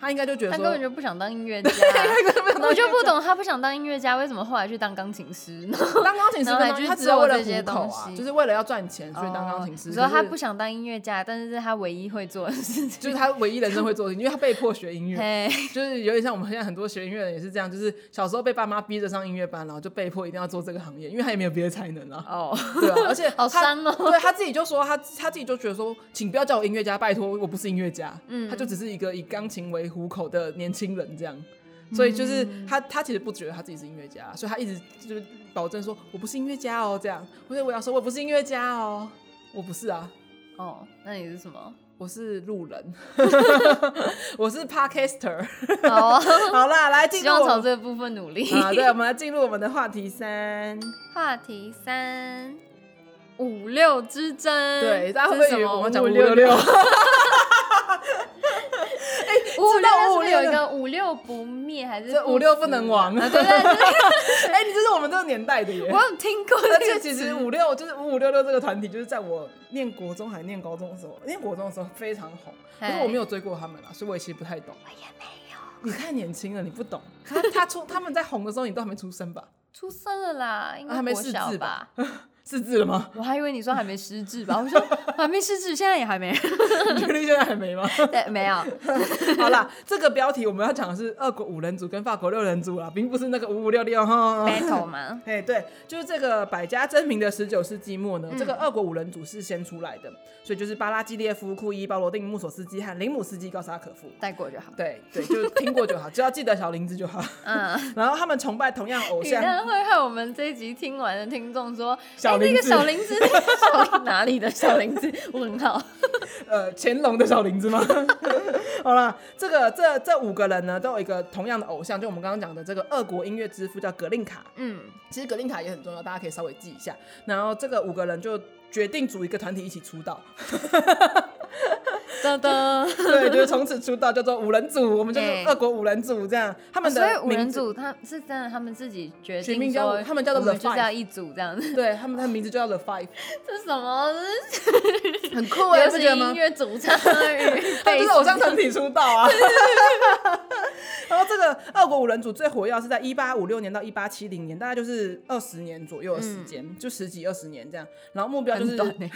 [SPEAKER 1] 他应该就觉得
[SPEAKER 2] 他
[SPEAKER 1] 说
[SPEAKER 2] 根本就不想当 音乐家。
[SPEAKER 1] 他根本没有
[SPEAKER 2] 我就
[SPEAKER 1] 当
[SPEAKER 2] 不懂他不想当音乐家，为什么后来去当钢琴师呢？
[SPEAKER 1] 当钢琴师跟
[SPEAKER 2] 然后还
[SPEAKER 1] 当
[SPEAKER 2] 去
[SPEAKER 1] 他只是为了
[SPEAKER 2] 做这些
[SPEAKER 1] 糊口
[SPEAKER 2] 东
[SPEAKER 1] 啊，
[SPEAKER 2] 西
[SPEAKER 1] 就是为了要赚钱，所以当钢琴
[SPEAKER 2] 哦
[SPEAKER 1] 师。
[SPEAKER 2] 你说
[SPEAKER 1] 可是
[SPEAKER 2] 他不想当音乐家，但是是他唯一会做的事情。
[SPEAKER 1] 就是他唯一人生会做 的事情，因为他被迫学音乐。
[SPEAKER 2] 嘿，
[SPEAKER 1] 就是有点像我们现在很多学音乐的人也是这样，就是小时候被爸妈逼着上音乐班，然后就被迫一定要做这个行业，因为他也没有别的才能啊，
[SPEAKER 2] 哦，
[SPEAKER 1] 对啊， 而且
[SPEAKER 2] 好
[SPEAKER 1] 他
[SPEAKER 2] 伤哦。
[SPEAKER 1] 对他自己就说他他自己就觉得说，请不要叫我音乐家，拜托，我不是音乐家，
[SPEAKER 2] 嗯
[SPEAKER 1] 他就只是一个以钢琴为糊口的年轻人这样。所以就是
[SPEAKER 2] 嗯
[SPEAKER 1] 他，他其实不觉得他自己是音乐家，所以他一直就是保证说我不是音乐家哦，这样。所以我要说我不是音乐家哦，我不是啊，
[SPEAKER 2] 哦，那你是什么？
[SPEAKER 1] 我是路人，我是 podcaster。
[SPEAKER 2] 好 啊，
[SPEAKER 1] 好啦，来进
[SPEAKER 2] 希
[SPEAKER 1] 入
[SPEAKER 2] 望
[SPEAKER 1] 我
[SPEAKER 2] 朝
[SPEAKER 1] 们
[SPEAKER 2] 这部分努力。
[SPEAKER 1] 啊，对，我们来进入我们的话题三。
[SPEAKER 2] 话题三：五六之争。
[SPEAKER 1] 对，大家会不
[SPEAKER 2] 这
[SPEAKER 1] 会以
[SPEAKER 2] 是什
[SPEAKER 1] 为
[SPEAKER 2] 么
[SPEAKER 1] 我们讲
[SPEAKER 2] 五
[SPEAKER 1] 五六
[SPEAKER 2] 六？
[SPEAKER 1] 六？
[SPEAKER 2] 五
[SPEAKER 1] 知道
[SPEAKER 2] 六是不是有一
[SPEAKER 1] 五六
[SPEAKER 2] 个五六不灭，还是
[SPEAKER 1] 这五六不能亡
[SPEAKER 2] 啊？对 对对，
[SPEAKER 1] 哎、你这是我们这个年代的耶
[SPEAKER 2] 我。有听过这
[SPEAKER 1] 而
[SPEAKER 2] 个
[SPEAKER 1] 且其
[SPEAKER 2] 词。
[SPEAKER 1] 实五六就是五五六六这个团体，就是在我念国中还念高中的时候，念国中的时候非常红，可是我没有追过他们啦，所以我也其实不太懂。我也没有。你太年轻了，你不懂。他他出他们在红的时候，你都还没出生吧？
[SPEAKER 2] 出生了啦，应该
[SPEAKER 1] 啊还没
[SPEAKER 2] 国
[SPEAKER 1] 识
[SPEAKER 2] 小
[SPEAKER 1] 字
[SPEAKER 2] 吧
[SPEAKER 1] 吧？识字了 吗？
[SPEAKER 2] 我还以为你说还没失智吧，我说还没失智，现在也 还没，
[SPEAKER 1] 你确定现在还没吗？
[SPEAKER 2] 对，没 有。
[SPEAKER 1] 好啦，这个标题我们要讲的是俄国五人组跟法国六人组啦，并不是那个五五六六哈。
[SPEAKER 2] battle 吗？
[SPEAKER 1] 哎，对，就是这个百家争鸣的十九世纪末呢，
[SPEAKER 2] 嗯
[SPEAKER 1] 这个俄国五人组是先出来的，所以就是巴拉基列夫、库伊、包罗定、穆索斯基和林姆斯基、高沙可夫。
[SPEAKER 2] 带过就好。
[SPEAKER 1] 对对，就是听过就好， 只要记得小林子就好。
[SPEAKER 2] 嗯，
[SPEAKER 1] 然后他们崇拜同样偶
[SPEAKER 2] 你
[SPEAKER 1] 像，
[SPEAKER 2] 那会害我们这一集听完的听众说，哎、
[SPEAKER 1] 小
[SPEAKER 2] 那
[SPEAKER 1] 林
[SPEAKER 2] 个
[SPEAKER 1] 子
[SPEAKER 2] 小林子， 那个小林哪里的小林子？问号。
[SPEAKER 1] 呃，乾隆的小林子吗？ 好啦，这个这这五个人呢，都有一个同样的偶像，就我们刚刚讲的这个俄国音乐之父叫格令卡。
[SPEAKER 2] 嗯，
[SPEAKER 1] 其实格林卡也很重要，大家可以稍微记一下。然后这个五个人就决定组一个团体一起出道，
[SPEAKER 2] 噔噔。
[SPEAKER 1] 对，就是从此出道叫做五人组，我们叫做
[SPEAKER 2] 哎
[SPEAKER 1] 俄国五人组这样。 他们的、
[SPEAKER 2] 哦所以五人
[SPEAKER 1] 名字，
[SPEAKER 2] 组他是真的，他们自己决
[SPEAKER 1] 取
[SPEAKER 2] 定
[SPEAKER 1] 名叫
[SPEAKER 2] 说，
[SPEAKER 1] 他们叫做
[SPEAKER 2] 我们
[SPEAKER 1] The
[SPEAKER 2] 就是
[SPEAKER 1] Five
[SPEAKER 2] 要一组这样子。
[SPEAKER 1] 对他们的名字就叫 The Five，
[SPEAKER 2] 这是什么？这 是
[SPEAKER 1] 很酷 哎、你
[SPEAKER 2] 流
[SPEAKER 1] 不觉得
[SPEAKER 2] 行
[SPEAKER 1] 吗
[SPEAKER 2] 音？乐主唱与
[SPEAKER 1] 他们就是
[SPEAKER 2] 贝斯
[SPEAKER 1] 偶像团体出道 啊。然后这个俄国五人组最活跃是在一八五六年到一八七零年，大概就是二十年左右的时间，就十几二十年这样。然后目标就
[SPEAKER 2] 嗯很
[SPEAKER 1] 是，
[SPEAKER 2] 短欸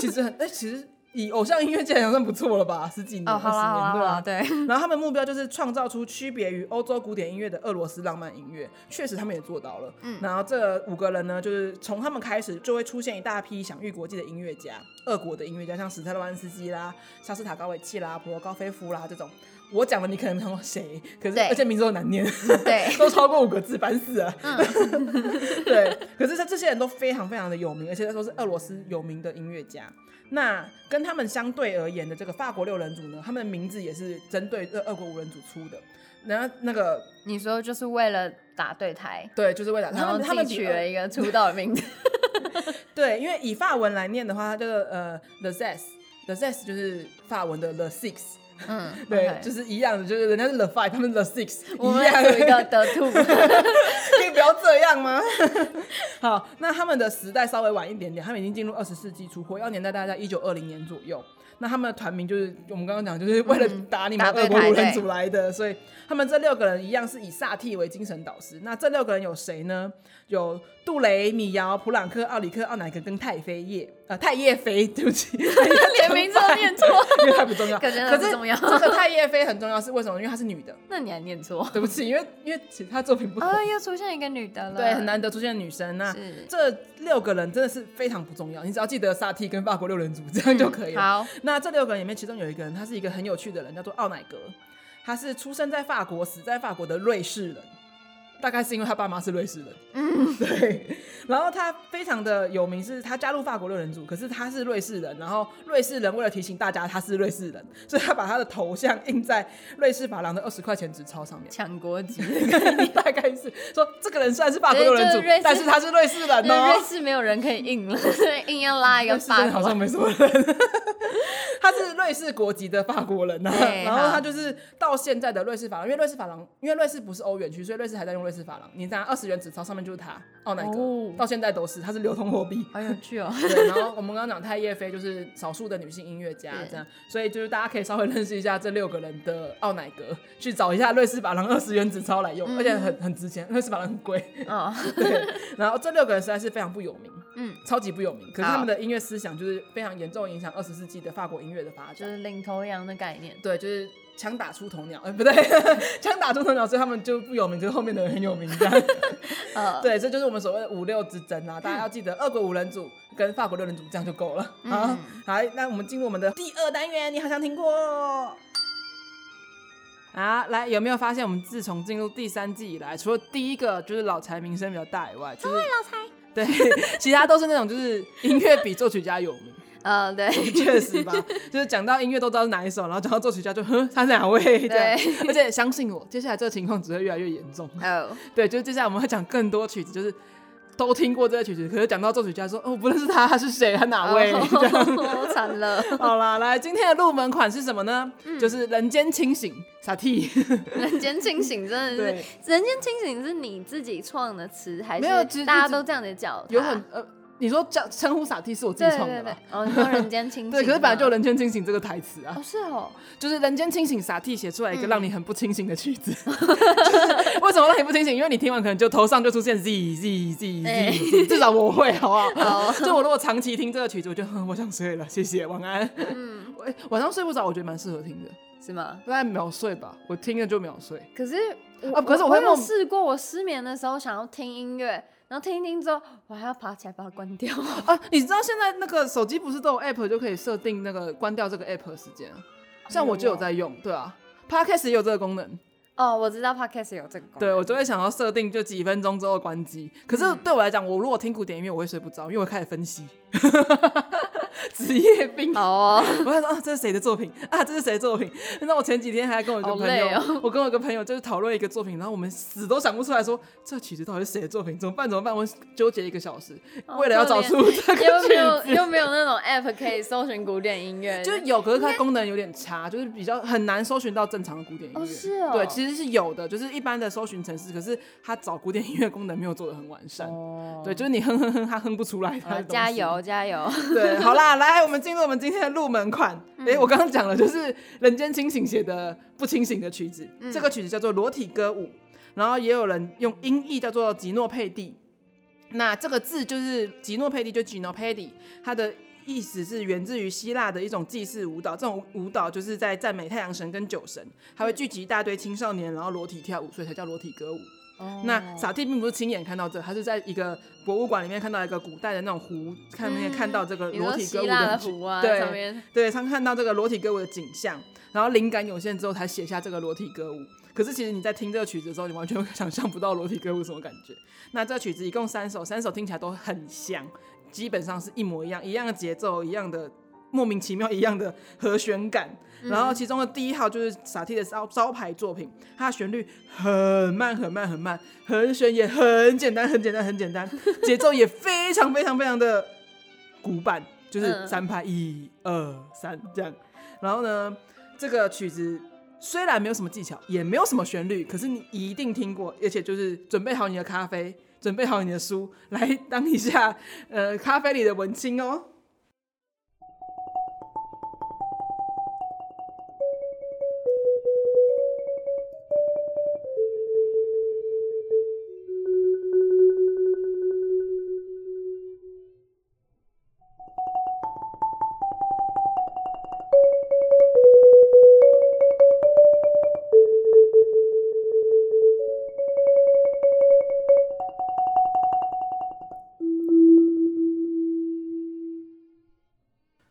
[SPEAKER 1] 其实很哎、其实以偶像音乐界来讲算不错了吧，十几年、
[SPEAKER 2] 哦，
[SPEAKER 1] 二
[SPEAKER 2] 好
[SPEAKER 1] 十
[SPEAKER 2] 啦好
[SPEAKER 1] 年
[SPEAKER 2] 啦好
[SPEAKER 1] 对吧、
[SPEAKER 2] 啦，对，
[SPEAKER 1] 然后他们目标就是创造出区别于欧洲古典音乐的俄罗斯浪漫音乐，确实他们也做到了。嗯，然后这五个人呢，就是从他们开始就会出现一大批享誉国际的音乐家，俄国的音乐家，像史特拉万斯基啦、肖斯塔高维契啦、普罗高菲夫啦这种。我讲了，你可能想说谁？可是
[SPEAKER 2] 对
[SPEAKER 1] 而且名字都很难念，
[SPEAKER 2] 对
[SPEAKER 1] 都超过五个字，烦死了。
[SPEAKER 2] 嗯
[SPEAKER 1] 对，可是他这些人都非常非常的有名，而且都是俄罗斯有名的音乐家。那跟他们相对而言的这个法国六人组呢，他们的名字也是针对这俄国五人组出的。然后那个
[SPEAKER 2] 你说就是为了打对台，
[SPEAKER 1] 对，就是为了
[SPEAKER 2] 然
[SPEAKER 1] 他
[SPEAKER 2] 后
[SPEAKER 1] 们他
[SPEAKER 2] 自
[SPEAKER 1] 们
[SPEAKER 2] 己
[SPEAKER 1] 比呃
[SPEAKER 2] 取了一个出道的 名字，
[SPEAKER 1] 对，因为以法文来念的话，它这个呃 the zest the zest 就是法文的 the six，
[SPEAKER 2] 嗯，
[SPEAKER 1] 对
[SPEAKER 2] OK
[SPEAKER 1] 就是一样的，就是人家是 the five，他们 the six，
[SPEAKER 2] 我
[SPEAKER 1] 一
[SPEAKER 2] 们
[SPEAKER 1] 样
[SPEAKER 2] 来组一个的 兔，
[SPEAKER 1] 可以不要这样吗？ 好，那他们的时代稍微晚一点点，他们已经进入二十世纪初，活跃年代大概在一九二零年左右。那他们的团名就是我们刚刚讲，就是为了嗯打你们
[SPEAKER 2] 打对
[SPEAKER 1] 俄国
[SPEAKER 2] 台
[SPEAKER 1] 五
[SPEAKER 2] 对
[SPEAKER 1] 人组来的，所以他们这六个人一样是以萨蒂为精神导师。那这六个人有谁呢？有杜雷、米尧、普朗克、奥里克、奥乃格跟泰菲叶，呃，泰叶菲， 对不起，
[SPEAKER 2] 连名字都念错，
[SPEAKER 1] 因为太不重 要。
[SPEAKER 2] 可真的
[SPEAKER 1] 可
[SPEAKER 2] 不
[SPEAKER 1] 是
[SPEAKER 2] 重要
[SPEAKER 1] 这个泰叶菲很重要是为什么？因为她是女的。
[SPEAKER 2] 那你还 念错
[SPEAKER 1] 对不起，因为因为其他作品不同。
[SPEAKER 2] 啊？又出现一个女的了，
[SPEAKER 1] 哎对，很难得啊出现的女生。那
[SPEAKER 2] 是
[SPEAKER 1] 这六个人真的是非常不重要，你只要记得萨蒂跟法国六人组这样就可以了。
[SPEAKER 2] 嗯好，
[SPEAKER 1] 那这六个人里面，其中有一个人，他是一个很有趣的人，叫做奥乃格，他是出生在法国、死在法国的瑞士人。大概是因为他爸妈是瑞士人，嗯， 对。然后他非常的有名，是他加入法国六人组，可是他是瑞士人。然后瑞士人为了提醒大家他是瑞士人，所以他把他的头像印在瑞士法郎的二十块钱纸钞上面。
[SPEAKER 2] 抢国籍，
[SPEAKER 1] 大概是说这个人虽然是法国人
[SPEAKER 2] 对就
[SPEAKER 1] 组
[SPEAKER 2] 是瑞士，
[SPEAKER 1] 但是他是瑞士人
[SPEAKER 2] 那 瑞
[SPEAKER 1] 哦。
[SPEAKER 2] 士没有人可以印了，所以硬要拉一个
[SPEAKER 1] 瑞士真
[SPEAKER 2] 法
[SPEAKER 1] 的好
[SPEAKER 2] 国
[SPEAKER 1] 像。没什么人， 他是瑞士国籍的法国人呐、啊
[SPEAKER 2] 对
[SPEAKER 1] 然
[SPEAKER 2] 好
[SPEAKER 1] 后他就是到现在的瑞士法郎，因为瑞士法郎，因为瑞士不是欧元区，所以瑞士还在用瑞士法郎，你在二十元纸钞上面就是它，奥乃格、
[SPEAKER 2] 哦
[SPEAKER 1] 到现在都是，它是流通货币。
[SPEAKER 2] 好有 趣哦。
[SPEAKER 1] 对，然后我们刚刚讲太叶妃就是少数的女性音乐家
[SPEAKER 2] 是
[SPEAKER 1] 这样，所以就是大家可以稍微认识一下这六个人的奥乃格，去找一下瑞士法郎二十元纸钞来用，
[SPEAKER 2] 嗯
[SPEAKER 1] 而且很很值钱，瑞士法郎很贵。
[SPEAKER 2] 哦，
[SPEAKER 1] 对，然后这六个人实在是非常不有名，
[SPEAKER 2] 嗯，
[SPEAKER 1] 超级不有名，可是
[SPEAKER 2] 好
[SPEAKER 1] 他们的音乐思想就是非常严重影响二十世纪的法国音乐的发展，
[SPEAKER 2] 就是领头羊的概念。
[SPEAKER 1] 对，就是枪打出头鸟，哎、不对， 枪打出头鸟，所以他们就不有名，就是后面的人很有名这样。
[SPEAKER 2] 呃，
[SPEAKER 1] 对，这就是我们所谓的五六之争啊！大家要记得，俄国五人组跟法国六人组这样就够了。
[SPEAKER 2] 嗯
[SPEAKER 1] 好，好，那我们进入我们的第二单元，你好像听过哦。啊，来，有没有发现我们自从进入第三季以来，除了第一个就是老柴名声比较大以外，就是老柴，对，其他都是那种就是音乐比作曲家有名，
[SPEAKER 2] 呃，对，
[SPEAKER 1] 确实吧？ 就是讲到音乐都知道是哪一首，然后讲到作曲家就哼，他是哪位？对
[SPEAKER 2] 对
[SPEAKER 1] 而且相信我，接下来这个情况只会越来越严重。
[SPEAKER 2] 哦，
[SPEAKER 1] 对，就是接下来我们会讲更多曲子，就是都听过这些曲子，可是讲到作曲家说，哦，我不认识他，他是谁，他哪位？这样
[SPEAKER 2] 哦 惨了，
[SPEAKER 1] 好啦，来今天的入门款是什么呢？就是《人间清醒》傻 T，
[SPEAKER 2] 人间清醒真的
[SPEAKER 1] 对
[SPEAKER 2] 是，，人间清醒是你自己创的词，还
[SPEAKER 1] 没有
[SPEAKER 2] 是
[SPEAKER 1] 其实
[SPEAKER 2] 大
[SPEAKER 1] 就
[SPEAKER 2] 家
[SPEAKER 1] 是
[SPEAKER 2] 都这样子叫它？
[SPEAKER 1] 有很呃，你说叫称呼傻 T 是我自
[SPEAKER 2] 对
[SPEAKER 1] 己创
[SPEAKER 2] 对
[SPEAKER 1] 的
[SPEAKER 2] 对
[SPEAKER 1] 吧？，
[SPEAKER 2] 哦，你说人间清 醒，
[SPEAKER 1] 对，可是本来就有“人
[SPEAKER 2] 人，
[SPEAKER 1] 间清醒”这个台词啊
[SPEAKER 2] 哦，，是哦，
[SPEAKER 1] 就是“人间清醒”傻 T 写出来一个
[SPEAKER 2] 嗯
[SPEAKER 1] 让你很不清醒的曲子。 就是为什么让你不清醒？因为你听完可能就头上就出现 z z z
[SPEAKER 2] 哎
[SPEAKER 1] z，至少我会，好 不好？
[SPEAKER 2] 哦，
[SPEAKER 1] 就我如果长期听这个曲子，我就哼，我想睡了，谢谢，晚安。
[SPEAKER 2] 嗯，
[SPEAKER 1] 我晚上睡不着，我觉得蛮适合听的，
[SPEAKER 2] 是吗？
[SPEAKER 1] 大概秒睡吧，我听了就秒睡。
[SPEAKER 2] 可是
[SPEAKER 1] 啊可是我
[SPEAKER 2] 我
[SPEAKER 1] 会
[SPEAKER 2] 有
[SPEAKER 1] 梦
[SPEAKER 2] 试过，我失眠的时候想要听音乐，然后听一听之后，我还要爬起来把它关掉。
[SPEAKER 1] 啊，你知道现在那个手机不是都有 app 就可以设定那个关掉这个 app 的时间啊？像我就有在用，对啊。Podcast 也有这个功能，
[SPEAKER 2] 哦，我知道 podcast 有这个功能，
[SPEAKER 1] 对我就会想要设定就几分钟之后关机。可
[SPEAKER 2] 嗯
[SPEAKER 1] 是对我来讲，我如果听古典音乐，我会睡不着，因为我开始分析， 职业病。
[SPEAKER 2] 好哦，
[SPEAKER 1] 我想说啊，这是谁的作品啊？这是谁的作品？那我前几天还跟我一个
[SPEAKER 2] 好
[SPEAKER 1] 朋
[SPEAKER 2] 累
[SPEAKER 1] 友，
[SPEAKER 2] 哦
[SPEAKER 1] 我跟我一个朋友就是讨论一个作品，然后我们死都想不出来说这曲子到底是谁的作品，怎么办？怎么办？我们纠结一个小时，
[SPEAKER 2] 哦
[SPEAKER 1] 为了要找出这个
[SPEAKER 2] 又没有
[SPEAKER 1] 曲子。
[SPEAKER 2] 又没有那种 app 可以搜寻古典音乐，
[SPEAKER 1] 就是有，可是它功能有点差，就是比较很难搜寻到正常的古典音乐。
[SPEAKER 2] 哦是哦
[SPEAKER 1] 对，其实是有的，就是一般的搜寻程式，可是它找古典音乐功能没有做的很完善。
[SPEAKER 2] 哦
[SPEAKER 1] 对，就是你哼哼哼，它哼不出来它的
[SPEAKER 2] 好
[SPEAKER 1] 东西。
[SPEAKER 2] 加油加油，
[SPEAKER 1] 对，好啦，来，我们进入我们今天的入门款。
[SPEAKER 2] 嗯
[SPEAKER 1] 诶，我刚刚讲了，就是《人间清醒》写的不清醒的曲子，
[SPEAKER 2] 嗯
[SPEAKER 1] 这个曲子叫做《裸体歌舞》，然后也有人用音译叫做吉诺佩蒂。那这个字就是吉诺佩蒂，就 Gino p e t i 它的意思是源自于希腊的一种祭祀舞蹈，这种舞蹈就是在赞美太阳神跟酒神，还会聚集一大堆青少年，然后裸体跳舞，所以才叫裸体歌舞。
[SPEAKER 2] 哦
[SPEAKER 1] 那傻弟并不是亲眼看到这，他是在一个博物馆里面看到一个古代的那种湖，看面看到这个
[SPEAKER 2] 你
[SPEAKER 1] 裸
[SPEAKER 2] 嗯说
[SPEAKER 1] 体歌
[SPEAKER 2] 希
[SPEAKER 1] 舞
[SPEAKER 2] 腊的
[SPEAKER 1] 景
[SPEAKER 2] 湖啊，
[SPEAKER 1] 对
[SPEAKER 2] 上面
[SPEAKER 1] 对，常看到这个裸体歌舞的景象，然后灵感涌现之后才写下这个裸体歌舞。可是其实你在听这个曲子的时候，你完全想象不到裸体歌舞什么感觉。那这曲子一共三首，三首听起来都很像，基本上是一模一样，一样的节奏，一样的莫名其妙一样的和弦感。然后其中的第一号就是傻 T 的招招牌作品，它的旋律很慢很慢很慢，和弦也很简单很简单很简 单，节奏也非常非常非常的古板，就是
[SPEAKER 2] 嗯
[SPEAKER 1] 三拍一二三这样。然后呢，这个曲子虽然没有什么技巧，也没有什么旋律，可是你一定听过，而且就是准备好你的咖啡，准备好你的书，来当一下呃咖啡里的文青哦。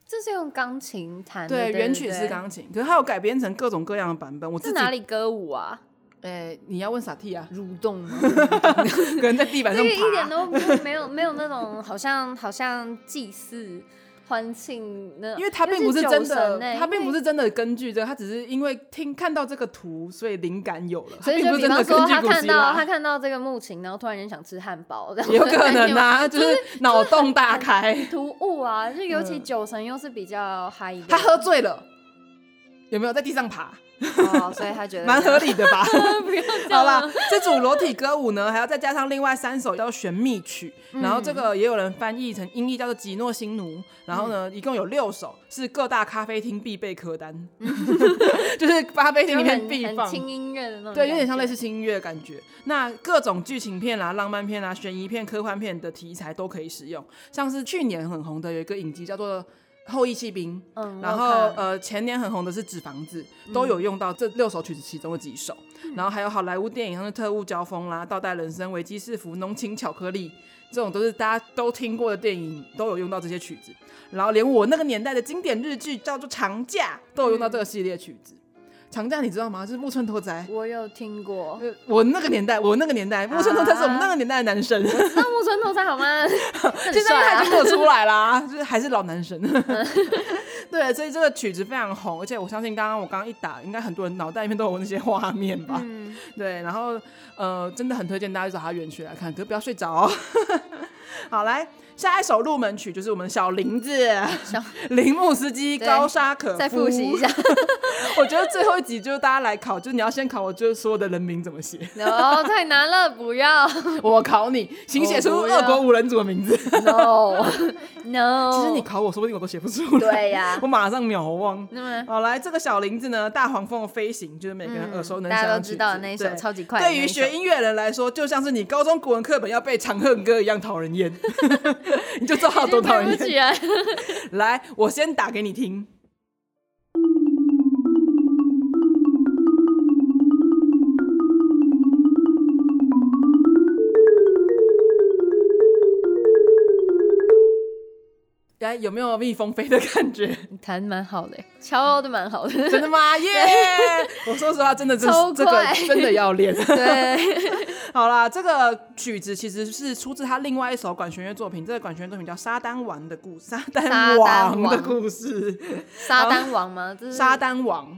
[SPEAKER 2] 这是用钢琴弹的，
[SPEAKER 1] 对，
[SPEAKER 2] 不
[SPEAKER 1] 原曲是，钢琴，可是它有改编成各种各样的版本。我自
[SPEAKER 2] 是
[SPEAKER 1] 己
[SPEAKER 2] 哪里歌舞啊？，
[SPEAKER 1] 哎，你要问傻 T 啊
[SPEAKER 2] 蠕动 吗？
[SPEAKER 1] 可能在地板
[SPEAKER 2] 这
[SPEAKER 1] 上
[SPEAKER 2] 个
[SPEAKER 1] 爬。
[SPEAKER 2] 一点都不没有没有那种好像好像祭祀欢庆那种，
[SPEAKER 1] 因为它
[SPEAKER 2] 那
[SPEAKER 1] 并不是真
[SPEAKER 2] 酒
[SPEAKER 1] 的
[SPEAKER 2] 神，欸
[SPEAKER 1] 它并不。
[SPEAKER 2] 因为
[SPEAKER 1] 是真的根据这个，它只是因为听看到这个图，所以灵感有了。
[SPEAKER 2] 所以
[SPEAKER 1] 它并
[SPEAKER 2] 就
[SPEAKER 1] 不是
[SPEAKER 2] 比
[SPEAKER 1] 真的根
[SPEAKER 2] 方说，他
[SPEAKER 1] 据古
[SPEAKER 2] 看
[SPEAKER 1] 希
[SPEAKER 2] 到
[SPEAKER 1] 腊
[SPEAKER 2] 他看到这个木琴，然后突然间想吃汉堡，这样
[SPEAKER 1] 有可能啊，就是脑洞大开。
[SPEAKER 2] 突兀啊！就尤其
[SPEAKER 1] 嗯
[SPEAKER 2] 酒神又是比较嗨一点，
[SPEAKER 1] 他喝醉了，有没有在地上爬？
[SPEAKER 3] 哦，所以他觉得
[SPEAKER 1] 蛮合理的吧？
[SPEAKER 2] 不要啊 这
[SPEAKER 1] 好
[SPEAKER 2] 样
[SPEAKER 1] 啦
[SPEAKER 2] 啊，，
[SPEAKER 1] 这组裸体歌舞呢，还要再加上另外三首叫旋秘曲，
[SPEAKER 2] 嗯
[SPEAKER 1] 然后这个也有人翻译成音译叫做吉诺辛奴，然后
[SPEAKER 2] 嗯
[SPEAKER 1] 呢，一共有六首是各大咖啡厅必备歌单， 就是咖啡厅里
[SPEAKER 2] 嗯就
[SPEAKER 1] 面必
[SPEAKER 2] 很很
[SPEAKER 1] 放。
[SPEAKER 2] 轻音乐的那种，
[SPEAKER 1] 对，有点像类似。轻音乐的感觉。那各种剧情片啦、浪漫片啦、悬疑片、科幻片的题材都可以使用。像是去年很红的有一个影集叫做《后羿弃兵》，
[SPEAKER 2] 嗯，
[SPEAKER 1] 然
[SPEAKER 2] 我有
[SPEAKER 1] 后
[SPEAKER 2] 看嗯
[SPEAKER 1] 呃，前年很红的是《纸房子》，都有用到这六首曲子其中的几首。然后还有好莱坞电影，像是《特务交锋》啦，《倒带人生》、《危机四伏》、《浓情巧克力》这种都是大家都听过的电影，都有用到这些曲子。然后连我那个年代的经典日剧叫做《长假》，都有用到这个系列曲子。长假你知道吗？就是木村拓哉。
[SPEAKER 2] 我有听过，
[SPEAKER 1] 呃我那个年代，我那个年代，木村拓哉是我们那个年代的男神，现
[SPEAKER 2] 那木村拓哉好 吗？啊现
[SPEAKER 1] 在他已经给我出来啦，
[SPEAKER 2] 啊
[SPEAKER 1] 就是还是老男 神。对，所以这个曲子非常红，而且我相信刚刚我刚刚一打，应该很多人脑袋里面都有那些画面吧。
[SPEAKER 2] 嗯，
[SPEAKER 1] 对，然后呃，真的很推荐大家去找他原曲来看，可是不要睡着、哦。 好，来下一首入门曲就是我们小林子、
[SPEAKER 2] 小
[SPEAKER 1] 铃木斯基、
[SPEAKER 2] 对
[SPEAKER 1] 高沙可夫。
[SPEAKER 2] 再复习一下，
[SPEAKER 1] 我觉得最后一集就是大家来考，就是你要先考我，就是所有的人名怎么写。
[SPEAKER 2] no 太难了，不要
[SPEAKER 1] 我考你，请写出
[SPEAKER 2] 我不要
[SPEAKER 1] 俄国五人组的名 字。
[SPEAKER 2] no no。
[SPEAKER 1] 其实你考我，说不定我都写不出来。
[SPEAKER 2] 哦对呀
[SPEAKER 1] 我马上秒忘。
[SPEAKER 2] 那么嗯
[SPEAKER 1] 好，来这个小林子呢，《大黄蜂的飞行》就是每个人耳熟能
[SPEAKER 2] 大
[SPEAKER 1] 详的曲子、
[SPEAKER 2] 家都知道的那一首
[SPEAKER 1] 对
[SPEAKER 2] 超级快的那一
[SPEAKER 1] 对
[SPEAKER 2] 首，
[SPEAKER 1] 于学音乐人来说，就像是你高中古文课本要背《长恨歌》一样讨人 厌， 你就知道它有多讨人
[SPEAKER 2] 对不
[SPEAKER 1] 厌。
[SPEAKER 2] 起啊，
[SPEAKER 1] 来，我先打给你听。来，哎有没有蜜蜂飞的感觉？
[SPEAKER 2] 你弹得蛮好的，敲的蛮好的，
[SPEAKER 1] 真的 吗？耶、我说实话，真的，真
[SPEAKER 2] 超
[SPEAKER 1] 这个
[SPEAKER 2] 快
[SPEAKER 1] 真的要 练。
[SPEAKER 2] 对，
[SPEAKER 1] 好啦，这个曲子其实是出自他另外一首管弦乐作品，这个管弦乐作品叫《沙丹王的故沙丹王的故事》。
[SPEAKER 2] 沙丹王吗？这是
[SPEAKER 1] 沙丹王，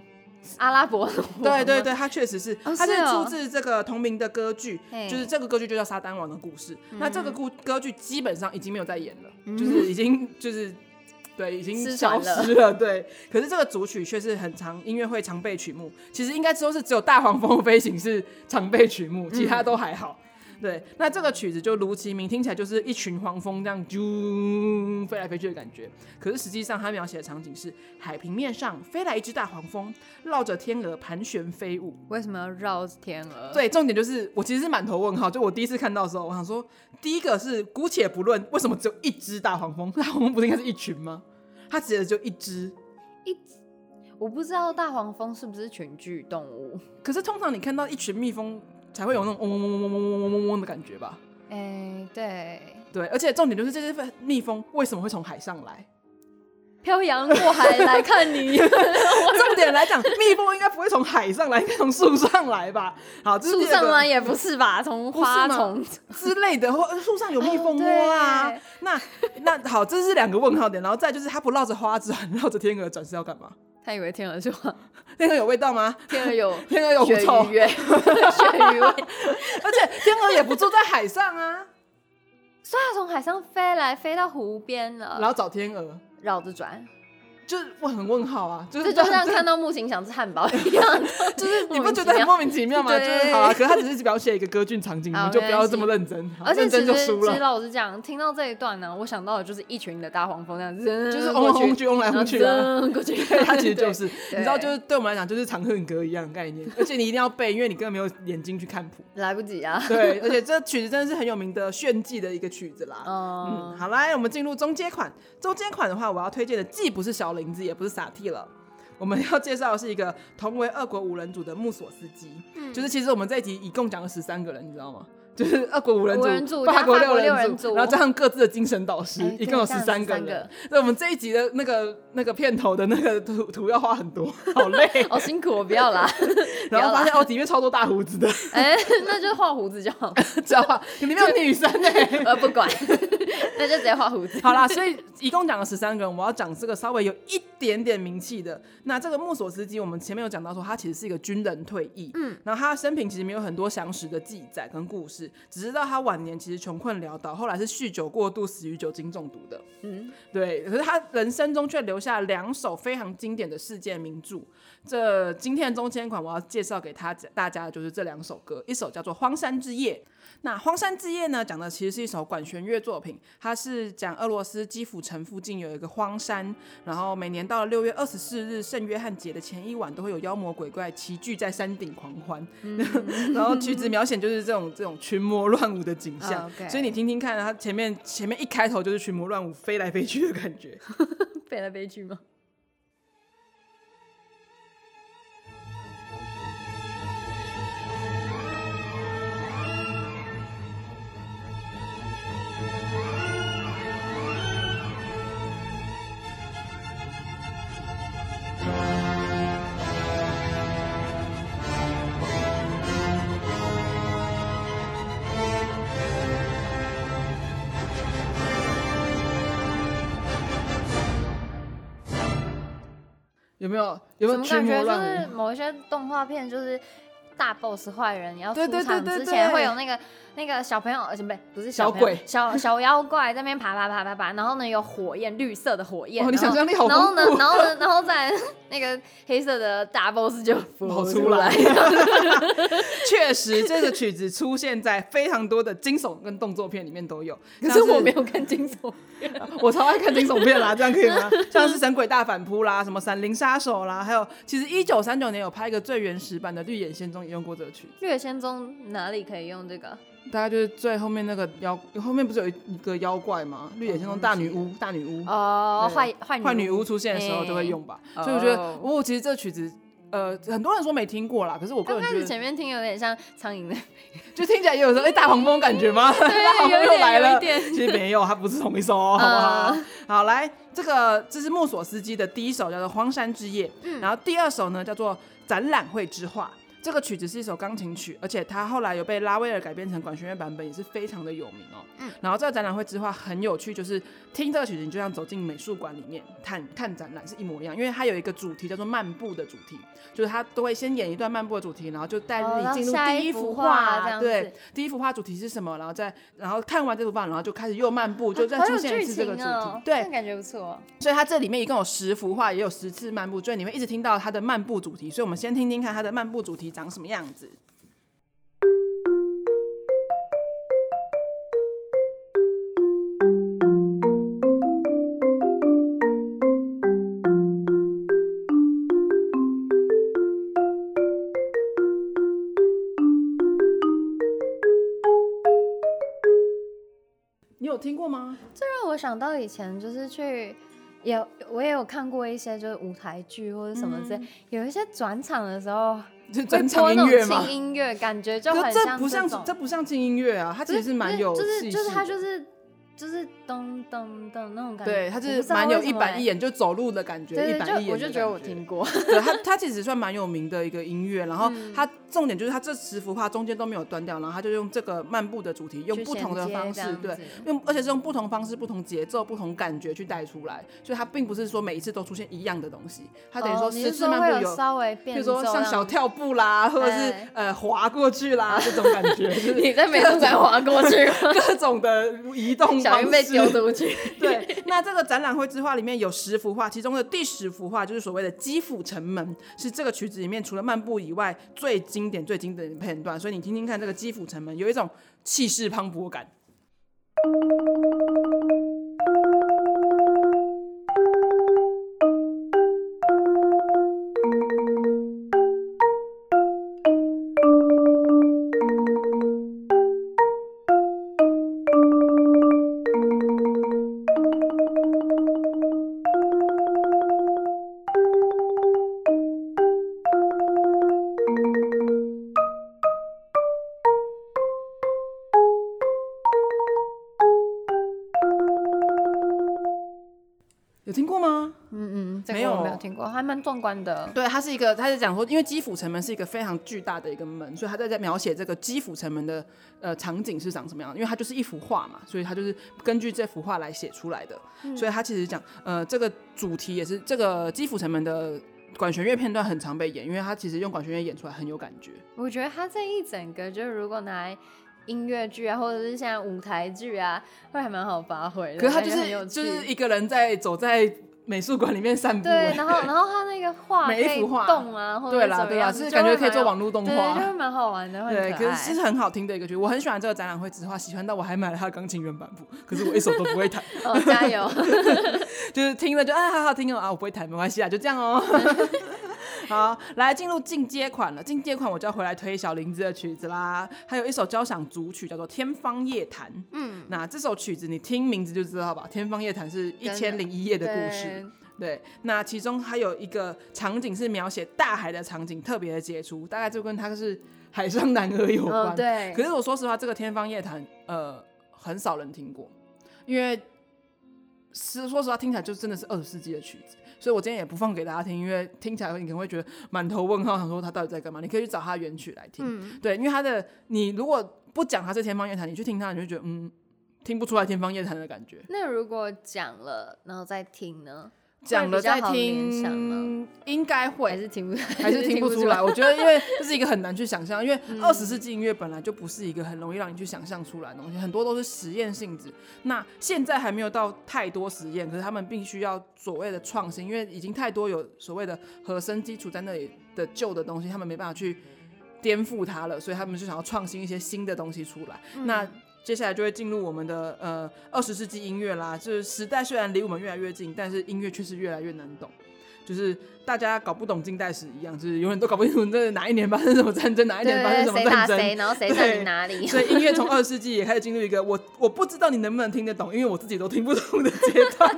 [SPEAKER 2] 阿拉伯的王吗
[SPEAKER 1] 对对对，它确实是，
[SPEAKER 2] 哦
[SPEAKER 1] 它
[SPEAKER 2] 是
[SPEAKER 1] 是
[SPEAKER 2] 哦
[SPEAKER 1] 出自这个同名的歌剧，
[SPEAKER 2] 嘿嗯
[SPEAKER 1] 就是这个歌剧就叫《沙丹王的故事》。那这个故歌剧基本上已经没有在演了，就是已经就是。对，已经
[SPEAKER 2] 失
[SPEAKER 1] 消
[SPEAKER 2] 传
[SPEAKER 1] 失了。对，可是这个组曲却是很常音乐会常备曲目。其实应该说是只有《大黄蜂飞行》是常备曲目，其
[SPEAKER 2] 嗯
[SPEAKER 1] 他都还好。对，那这个曲子就如其名，听起来就是一群黄蜂这样啾飞来飞去的感觉。可是实际上，它描写的场景是海平面上飞来一只大黄蜂，绕着天鹅盘旋飞舞。
[SPEAKER 2] 为什么要绕天鹅？，
[SPEAKER 1] 对，重点就是我其实是满头问号，就我第一次看到的时候，我想说，第一个是姑且不论为什么只有一只大黄蜂，大 黄蜂不是应该是一群吗？它指的就一只，
[SPEAKER 2] 我不知道大黄蜂是不是群居动物，
[SPEAKER 1] 可是通常你看到一群蜜蜂才会有那种嗡嗡嗡嗡嗡嗡嗡嗡嗡的感觉吧？
[SPEAKER 2] 哎，对，
[SPEAKER 1] 对，而且重点就是这些蜜蜂为什么会从海上来？
[SPEAKER 2] 漂洋过海来看你，
[SPEAKER 1] 重点来讲，蜜蜂应该不会从海上来，应该从树上来吧？好，这是
[SPEAKER 2] 树
[SPEAKER 1] 第二
[SPEAKER 2] 上
[SPEAKER 1] 个
[SPEAKER 2] 吗？也不是吧，从
[SPEAKER 1] 不是
[SPEAKER 2] 花
[SPEAKER 1] 吗
[SPEAKER 2] 丛
[SPEAKER 1] 之类的，或呃树上有蜜蜂窝
[SPEAKER 2] 哦
[SPEAKER 1] 啊。
[SPEAKER 2] 对
[SPEAKER 1] 那那好，这是两个问号点，然后再就是它不绕着花枝转，绕着天鹅转是要干嘛？
[SPEAKER 2] 他以为天鹅是花，
[SPEAKER 1] 天鹅有味道吗？
[SPEAKER 2] 天鹅有
[SPEAKER 1] 天鹅有狐
[SPEAKER 2] 鳕
[SPEAKER 1] 臭
[SPEAKER 2] 鱼，味，鳕鱼味，
[SPEAKER 1] 而且天鹅也不住在海上啊，
[SPEAKER 2] 所以它从海上飞来，飞到湖边
[SPEAKER 1] 然
[SPEAKER 2] 了，
[SPEAKER 1] 后找天鹅，
[SPEAKER 2] 绕着转，
[SPEAKER 1] 就是我很问号啊，就
[SPEAKER 2] 这
[SPEAKER 1] 是
[SPEAKER 2] 就像看到木星想吃汉堡一样，
[SPEAKER 1] 就是 你不
[SPEAKER 2] 莫名
[SPEAKER 1] 觉得
[SPEAKER 2] 其
[SPEAKER 1] 很
[SPEAKER 2] 妙
[SPEAKER 1] 莫名其妙吗？就
[SPEAKER 2] 对
[SPEAKER 1] 是好啊，可是它只是描写一个歌剧场景，你
[SPEAKER 2] 好
[SPEAKER 1] 们就不
[SPEAKER 2] 没
[SPEAKER 1] 要
[SPEAKER 2] 关系
[SPEAKER 1] 这么认真，好
[SPEAKER 2] 而且
[SPEAKER 1] 认
[SPEAKER 2] 其
[SPEAKER 1] 真
[SPEAKER 2] 实
[SPEAKER 1] 就输
[SPEAKER 2] 其
[SPEAKER 1] 了。
[SPEAKER 2] 实老实讲，听到这一段呢，我想到的就是一群的大黄蜂那 样，就哦
[SPEAKER 1] 就是嗡来嗡 去，嗡来嗡去 啊。
[SPEAKER 2] 过去，
[SPEAKER 1] 对，它其实就是，你
[SPEAKER 2] 对
[SPEAKER 1] 知道，就是对我们来讲，就是《长恨歌》一样的概念，而且你一定要背，因为你根本没有眼睛去看 谱。
[SPEAKER 2] 来不及啊。
[SPEAKER 1] 对，而且这曲子真的是很有名的炫技的一个曲子啦。嗯，
[SPEAKER 2] 嗯，
[SPEAKER 1] 好来，我们进入中阶款。中阶款的话，我要推荐的既不是小林子，也不是傻 T 了。我们要介绍的是一个同为俄国五人组的穆索斯基，
[SPEAKER 2] 嗯
[SPEAKER 1] 就是其实我们这一集一共讲了十三个人，你知道吗？就是俄国五人
[SPEAKER 2] 五人
[SPEAKER 1] 组、
[SPEAKER 2] 组
[SPEAKER 1] 法
[SPEAKER 2] 加
[SPEAKER 1] 国
[SPEAKER 2] 法
[SPEAKER 1] 六
[SPEAKER 2] 国六
[SPEAKER 1] 人
[SPEAKER 2] 人组
[SPEAKER 1] 然后加上各自的精神导师，
[SPEAKER 2] 哎
[SPEAKER 1] 一共有
[SPEAKER 2] 对
[SPEAKER 1] 十三个
[SPEAKER 2] 这样
[SPEAKER 1] 人
[SPEAKER 2] 13个。
[SPEAKER 1] 对，我们这一集的那个那个片头的那个图图要画很多，好累。
[SPEAKER 2] 好哦辛苦，我不要啦。
[SPEAKER 1] 然后
[SPEAKER 2] 不要
[SPEAKER 1] 发
[SPEAKER 2] 啦
[SPEAKER 1] 现哦，里面超多大胡子的，
[SPEAKER 2] 哎，那就画胡子就好，
[SPEAKER 1] 知道吧？里面有女生哎、
[SPEAKER 2] 呃，不管， 那就直接画胡子。
[SPEAKER 1] 好啦，所以一共讲了十三个人，我要讲这个稍微有一点点名气的。那这个穆索斯基，我们前面有讲到说，他其实是一个军人退役，嗯，然后他生平其实没有很多详实的记载跟故事，事，只知道他晚年其实穷困潦倒，后来是酗酒过度死于酒精中毒的。
[SPEAKER 3] 嗯，
[SPEAKER 1] 对，可是他人生中却留下两首非常经典的世界名著。这今天的中间款，我要介绍给他大家的就是这两首歌，一首叫做《荒山之夜》。那《荒山之夜》呢，讲的其实是一首管弦乐作品，它是讲俄罗斯基辅城附近有一个荒山，然后每年到了六月二十四日圣约翰节的前一晚，都会有妖魔鬼怪齐聚在山顶狂欢。
[SPEAKER 2] 嗯
[SPEAKER 1] 然后曲子描写就是这种这种群魔乱舞的景
[SPEAKER 2] 哦
[SPEAKER 1] 象
[SPEAKER 3] OK
[SPEAKER 1] 所以你听听看，它前面前面一开头就是群魔乱舞飞来飞去的感觉。
[SPEAKER 3] 飞来飞去吗？
[SPEAKER 1] 有没有有没
[SPEAKER 2] 怎
[SPEAKER 1] 有
[SPEAKER 2] 么
[SPEAKER 1] 群
[SPEAKER 2] 感
[SPEAKER 1] 魔
[SPEAKER 2] 觉就
[SPEAKER 1] 乱舞？
[SPEAKER 2] 是某一些动画片就是。大 boss 坏人，你要出
[SPEAKER 1] 对对
[SPEAKER 2] 场
[SPEAKER 1] 对对
[SPEAKER 2] 之前
[SPEAKER 1] 对
[SPEAKER 2] 会有那个那个小朋友，而且不对不是
[SPEAKER 1] 小
[SPEAKER 2] 朋友
[SPEAKER 1] 鬼
[SPEAKER 2] 小小妖怪在那边爬爬爬爬爬，然后呢有火焰，绿色的火焰，
[SPEAKER 1] 哦，你
[SPEAKER 2] 然
[SPEAKER 1] 想
[SPEAKER 2] 后
[SPEAKER 1] 象力好
[SPEAKER 2] 然后
[SPEAKER 1] 丰
[SPEAKER 2] 呢，
[SPEAKER 1] 富，
[SPEAKER 2] 然后呢， 然后再来 那个黑色的大 boss 就
[SPEAKER 3] 嗯
[SPEAKER 1] 跑
[SPEAKER 2] 跑
[SPEAKER 1] 出来
[SPEAKER 2] 来，。
[SPEAKER 1] 确实，这个曲子出现在非常多的惊悚跟动作片里面都有。
[SPEAKER 3] 可
[SPEAKER 1] 像
[SPEAKER 3] 是我没有看惊 悚，
[SPEAKER 1] 我超爱看惊悚片啦，这样可以吗？ 像是《神鬼大反扑》啦，什么《闪灵杀手》啦，还有其实一九三九年有拍一个最原始版的《绿野仙踪》，也用过这个曲子。
[SPEAKER 2] 月仙踪哪里可以用这个？
[SPEAKER 1] 大概就是最后面那个妖，后面不是有一个妖怪吗？
[SPEAKER 3] 嗯
[SPEAKER 1] 《绿野仙踪》大女巫，大女巫。
[SPEAKER 2] 哦，
[SPEAKER 1] 对
[SPEAKER 2] 坏坏
[SPEAKER 1] 坏女
[SPEAKER 2] 女
[SPEAKER 1] 巫出现的时候就会用吧。
[SPEAKER 3] 哎
[SPEAKER 1] 所以我觉得，
[SPEAKER 3] 哦
[SPEAKER 1] 哦，其实这曲子。呃，很多人说没听过啦，可是我个
[SPEAKER 2] 刚开
[SPEAKER 1] 人觉
[SPEAKER 2] 始
[SPEAKER 1] 得，
[SPEAKER 2] 前面听有点像苍蝇的，
[SPEAKER 1] 就听起来也有时候，哎、大黄蜂感觉吗？ 大黄蜂
[SPEAKER 2] 有一
[SPEAKER 1] 又
[SPEAKER 2] 点
[SPEAKER 1] 来
[SPEAKER 2] 有
[SPEAKER 1] 了
[SPEAKER 2] 一。点嗯
[SPEAKER 1] 其实没有，它不是同一首 哦，好不好？好，来，这个这是莫索斯基的第一首叫做《荒山之夜》，
[SPEAKER 2] 嗯
[SPEAKER 1] 然后第二首呢叫做《展览会之画》。这个曲子是一首钢琴曲，而且它后来有被拉威尔改编成管弦乐版本，也是非常的有名哦。
[SPEAKER 2] 嗯
[SPEAKER 1] 然后这个展览会之画很有趣，就是听这个曲子，你就像走进美术馆里面看看展览是一模一样，因为它有一个主题叫做漫步的主题，就是它都会先演一段漫步的主题，然后就带
[SPEAKER 2] 哦
[SPEAKER 1] 你
[SPEAKER 2] 然后
[SPEAKER 1] 进入
[SPEAKER 2] 下
[SPEAKER 1] 第
[SPEAKER 2] 一幅
[SPEAKER 1] 幅
[SPEAKER 2] 画这样
[SPEAKER 1] 对
[SPEAKER 2] 子，
[SPEAKER 1] 第一幅画主题是什么，然后再然后看完这幅画，然后就开始又漫步，就再
[SPEAKER 2] 好
[SPEAKER 1] 出
[SPEAKER 2] 有
[SPEAKER 1] 现一
[SPEAKER 2] 剧
[SPEAKER 1] 次这个主
[SPEAKER 2] 情
[SPEAKER 1] 题。
[SPEAKER 2] 哦，
[SPEAKER 1] 对
[SPEAKER 2] 那，感觉不错。
[SPEAKER 1] 所以它这里面一共有十幅画，也有十次漫步，所以你会一直听到它的漫步主题。所以我们先听听看它的漫步主题长什么样子。你有听过吗？
[SPEAKER 2] 让我想到以前就是去。也我也有看过一些就是舞台剧或者什么之类，有一些转场的时候
[SPEAKER 1] 就是
[SPEAKER 2] 会
[SPEAKER 1] 嗯转
[SPEAKER 2] 播
[SPEAKER 1] 场音
[SPEAKER 2] 那
[SPEAKER 1] 乐
[SPEAKER 2] 种
[SPEAKER 1] 吗
[SPEAKER 2] 轻？音乐，感觉就
[SPEAKER 1] 可
[SPEAKER 2] 很
[SPEAKER 1] 这不
[SPEAKER 2] 像
[SPEAKER 1] 像
[SPEAKER 2] 种
[SPEAKER 1] 这不像轻音乐啊，它其实是蛮有
[SPEAKER 2] 就是
[SPEAKER 1] 戏
[SPEAKER 2] 就是
[SPEAKER 1] 性
[SPEAKER 2] 他
[SPEAKER 1] 的
[SPEAKER 2] 就是就是咚咚咚那种感觉，
[SPEAKER 1] 对，它
[SPEAKER 2] 我
[SPEAKER 1] 就
[SPEAKER 2] 不
[SPEAKER 1] 是
[SPEAKER 2] 知道
[SPEAKER 1] 蛮有
[SPEAKER 2] 为什
[SPEAKER 1] 一
[SPEAKER 2] 么
[SPEAKER 1] 板
[SPEAKER 2] 欸
[SPEAKER 1] 一眼就走路的感觉，一
[SPEAKER 2] 对对，
[SPEAKER 1] 板一眼
[SPEAKER 2] 就
[SPEAKER 1] 的
[SPEAKER 2] 我就觉得我
[SPEAKER 1] 感
[SPEAKER 2] 听过，
[SPEAKER 1] 对他，他其实算蛮有名的一个音乐。然后
[SPEAKER 2] 嗯
[SPEAKER 1] 他重点就是他这十幅画中间都没有断掉，然后他就用这个漫步的主题，用
[SPEAKER 2] 去
[SPEAKER 1] 不同
[SPEAKER 2] 衔
[SPEAKER 1] 的
[SPEAKER 2] 接
[SPEAKER 1] 方
[SPEAKER 2] 这
[SPEAKER 1] 式，
[SPEAKER 2] 样
[SPEAKER 1] 对
[SPEAKER 2] 子，
[SPEAKER 1] 用而且是用不同方式、不同节奏、不同感觉去带出来。所以它并不是说每一次都出现一样的东西，它等于
[SPEAKER 2] 哦
[SPEAKER 1] 说
[SPEAKER 2] 你
[SPEAKER 1] 十
[SPEAKER 2] 是
[SPEAKER 1] 次
[SPEAKER 2] 说
[SPEAKER 1] 漫
[SPEAKER 2] 会
[SPEAKER 1] 步
[SPEAKER 2] 有稍微
[SPEAKER 1] 比
[SPEAKER 2] 变
[SPEAKER 1] 如
[SPEAKER 2] 奏
[SPEAKER 1] 说
[SPEAKER 2] 这样，
[SPEAKER 1] 像小跳步啦，或者是
[SPEAKER 2] 哎
[SPEAKER 1] 呃滑过去啦这种感觉， 就是
[SPEAKER 3] 你在 美术馆划过去吗，
[SPEAKER 1] 各种的移动
[SPEAKER 3] 小
[SPEAKER 1] 方
[SPEAKER 3] 云被
[SPEAKER 1] 式。
[SPEAKER 3] 丢出去。
[SPEAKER 1] 对，那这个展览会之画里面有十幅画，其中的第十幅画就是所谓的基辅城门，是这个曲子里面除了漫步以外最经典、最经典的片段。所以你听听看，这个基辅城门有一种气势磅礴感。有听过吗？
[SPEAKER 2] 嗯嗯，这
[SPEAKER 1] 没
[SPEAKER 2] 个我没
[SPEAKER 1] 有
[SPEAKER 2] 有听过，还蛮壮观的。
[SPEAKER 1] 对，它是一个，它是讲说，因为基辅城门是一个非常巨大的一个门，所以他在在描写这个基辅城门的呃场景是长什么样的。因为它就是一幅画嘛，所以它就是根据这幅画来写出来的。
[SPEAKER 2] 嗯
[SPEAKER 1] 所以它其实讲呃这个主题也是这个基辅城门的管弦乐片段很常被演，因为它其实用管弦乐演出来很有感觉。
[SPEAKER 2] 我觉得它这一整个，就是如果拿来音乐剧啊，或者是现在舞台剧啊，会还蛮好发挥的。
[SPEAKER 1] 可是他
[SPEAKER 2] 感
[SPEAKER 1] 就
[SPEAKER 2] 觉很有
[SPEAKER 1] 是就是
[SPEAKER 2] 趣
[SPEAKER 1] 一个人在走在美术馆里面散步，欸
[SPEAKER 2] 对，然
[SPEAKER 1] 后
[SPEAKER 2] 后然 后他那个画
[SPEAKER 1] 每一
[SPEAKER 2] 可以
[SPEAKER 1] 幅画
[SPEAKER 2] 动啊，或者
[SPEAKER 1] 对
[SPEAKER 2] 是
[SPEAKER 1] 啦
[SPEAKER 2] 怎么
[SPEAKER 1] 对啦，
[SPEAKER 2] 样，
[SPEAKER 1] 是
[SPEAKER 2] 就
[SPEAKER 1] 感觉
[SPEAKER 2] 会
[SPEAKER 1] 可以
[SPEAKER 2] 蛮
[SPEAKER 1] 做
[SPEAKER 2] 有
[SPEAKER 1] 网络动
[SPEAKER 2] 对，
[SPEAKER 1] 画
[SPEAKER 2] 就，会蛮好玩的，会
[SPEAKER 1] 对，
[SPEAKER 2] 很
[SPEAKER 1] 可
[SPEAKER 2] 可爱。
[SPEAKER 1] 是是很好听的一个曲，我很喜欢这个展览会之后，喜欢到我还买了他的钢琴原版谱，可是我一首都不会弹，
[SPEAKER 2] 哦，加油！
[SPEAKER 1] 就是听了就啊好好听哦啊，我不会弹没关系啊，就这样哦。 好，来进入进阶款了。进阶款我就要回来推小林子的曲子啦，还有一首交响组曲叫做《天方夜谭》。嗯，那这首曲子你听名字就知道吧，《天方夜谭》是一千零一夜的故事。对，那其中还有一个场景是描写大海的场景，特别的杰出，大概就跟它是海上男儿有
[SPEAKER 2] 对，
[SPEAKER 1] 关。
[SPEAKER 2] 哦，对，
[SPEAKER 1] 可是我说实话，这个《天方夜谭》呃很少人听过，因为是说实话听起来就真的是二十世纪的曲子，所以我今天也不放给大家听，因为听起来你可能会觉得满头问号，想说他到底在干嘛？你可以去找他原曲来听，
[SPEAKER 2] 嗯
[SPEAKER 1] 对，因为他的你如果不讲他是《天方夜谭》，你去听他，你就觉得嗯听不出来《天方夜谭》的感觉。
[SPEAKER 2] 那如果讲了，然后再听呢？
[SPEAKER 1] 讲了再
[SPEAKER 2] 会比较好联想
[SPEAKER 1] 听
[SPEAKER 2] 吗，
[SPEAKER 1] 应该会
[SPEAKER 2] 还是听不，
[SPEAKER 1] 还是听不出来。我嗯觉得，因为这是一个很难去想象，因为二十世纪音乐本来就不是一个很容易让你去想象出来的东西，很多都是实验性质。那现在还没有到太多实验，可是他们必须要所谓的创新，因为已经太多有所谓的和声基础在那里的旧的东西，他们没办法去颠覆它了，所以他们就想要创新一些新的东西出来。
[SPEAKER 2] 嗯
[SPEAKER 1] 那接下来就会进入我们的呃二十世纪音乐啦，就是时代虽然离我们越来越近，但是音乐却是越来越难懂。就是大家搞不懂近代史一样，就是永远都搞不清楚这是哪一年发生什么战争，哪一
[SPEAKER 2] 对
[SPEAKER 1] 年发生什么
[SPEAKER 2] 谁打
[SPEAKER 1] 战
[SPEAKER 2] 谁，
[SPEAKER 1] 争。
[SPEAKER 2] 然后谁占领哪里？
[SPEAKER 1] 所以音乐从二十世纪也开始进入一个我我不知道你能不能听得懂，因为我自己都听不懂的阶 段。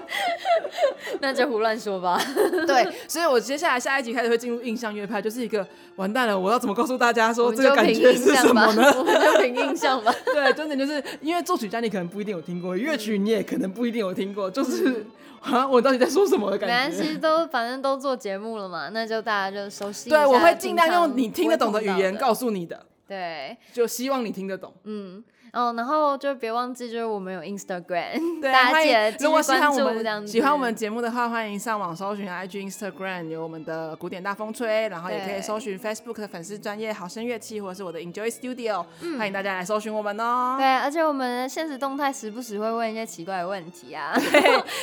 [SPEAKER 3] 那就胡乱说吧。
[SPEAKER 1] 对，所以我接下来下一集开始会进入印象乐派，就是一个完蛋了，我要怎么告诉大家
[SPEAKER 2] 我
[SPEAKER 1] 说
[SPEAKER 2] 们
[SPEAKER 1] 这个
[SPEAKER 2] 就
[SPEAKER 1] 感
[SPEAKER 2] 凭
[SPEAKER 1] 觉
[SPEAKER 2] 印
[SPEAKER 1] 是
[SPEAKER 2] 象
[SPEAKER 1] 什
[SPEAKER 2] 吧，
[SPEAKER 1] 么呢？
[SPEAKER 2] 我们就凭印象吧。
[SPEAKER 1] 对，重点就是因为作曲家你可能不一定有听过，乐曲
[SPEAKER 2] 嗯
[SPEAKER 1] 你也可能不一定有听过，就是啊，我到底在说什么的
[SPEAKER 2] 没
[SPEAKER 1] 感
[SPEAKER 2] 关
[SPEAKER 1] 觉
[SPEAKER 2] 系，。都反正都做节目了嘛，那就大家就熟悉一下。
[SPEAKER 1] 对，我会尽量用你听
[SPEAKER 2] 平
[SPEAKER 1] 得
[SPEAKER 2] 常
[SPEAKER 1] 懂
[SPEAKER 2] 不
[SPEAKER 1] 的语
[SPEAKER 2] 会碰到
[SPEAKER 1] 言
[SPEAKER 2] 的
[SPEAKER 1] 告诉你的，
[SPEAKER 2] 对，
[SPEAKER 1] 就希望你听得懂。
[SPEAKER 2] 嗯，哦，然后就别忘记，就是我们有 Instagram，
[SPEAKER 1] 对，啊
[SPEAKER 2] 大
[SPEAKER 1] 欢
[SPEAKER 2] 家记
[SPEAKER 1] 迎
[SPEAKER 2] 得继
[SPEAKER 1] 如果
[SPEAKER 2] 续
[SPEAKER 1] 喜欢
[SPEAKER 2] 关
[SPEAKER 1] 我
[SPEAKER 2] 注这样
[SPEAKER 1] 们
[SPEAKER 2] 子。
[SPEAKER 1] 喜欢我们节目的话，欢迎上网搜寻 IG、Instagram 有我们的古典大风吹，然后也可以
[SPEAKER 2] 对
[SPEAKER 1] 搜寻 Facebook 的粉丝专业好声乐器，或者是我的 Enjoy Studio，、欢
[SPEAKER 2] 嗯
[SPEAKER 1] 迎大家来搜寻我们哦。
[SPEAKER 2] 对，而且我们现实动态时不时会问一些奇怪的问题啊，
[SPEAKER 1] 还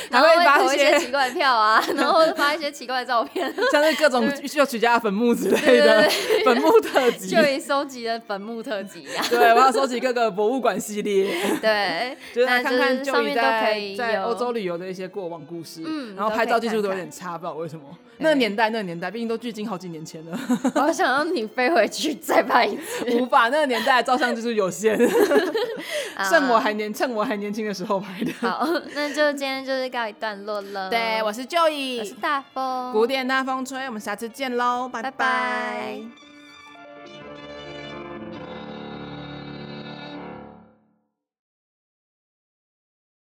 [SPEAKER 2] 然后
[SPEAKER 1] 会
[SPEAKER 2] 会
[SPEAKER 1] 发
[SPEAKER 2] 投
[SPEAKER 1] 一
[SPEAKER 2] 一些
[SPEAKER 1] 些
[SPEAKER 2] 奇怪的票啊，然后发一些奇怪的 照片，
[SPEAKER 1] 像是各种作曲家的坟墓之类的坟墓特辑
[SPEAKER 2] 就。以收集的坟墓特辑啊。
[SPEAKER 1] 对，我要收集各个博物馆系列，
[SPEAKER 2] 对，
[SPEAKER 1] 就是
[SPEAKER 2] 那
[SPEAKER 1] 来看看
[SPEAKER 2] 就是上
[SPEAKER 1] 就
[SPEAKER 2] 面
[SPEAKER 1] 以
[SPEAKER 2] 都
[SPEAKER 1] 在
[SPEAKER 2] 可以
[SPEAKER 1] 在
[SPEAKER 2] 有
[SPEAKER 1] 欧洲旅游的一些过往故事，
[SPEAKER 2] 嗯
[SPEAKER 1] 然后
[SPEAKER 2] 都
[SPEAKER 1] 拍
[SPEAKER 2] 可以
[SPEAKER 1] 照技术
[SPEAKER 2] 看
[SPEAKER 1] 都有
[SPEAKER 2] 看
[SPEAKER 1] 点差，不知道为什么。那个年代，那个年代，毕竟都距今好几年前 了。
[SPEAKER 2] 我想让你飞回去再拍一次，
[SPEAKER 1] 无法，那个年代的照相技术有限，
[SPEAKER 2] 啊
[SPEAKER 1] 趁我还年趁我还年轻的时候拍的。
[SPEAKER 2] 好，那就今天就是告一段落了。
[SPEAKER 1] 是
[SPEAKER 2] 我是
[SPEAKER 1] Joey，
[SPEAKER 2] 大风，
[SPEAKER 1] 古典大风吹，我们下次见喽，
[SPEAKER 2] 拜拜。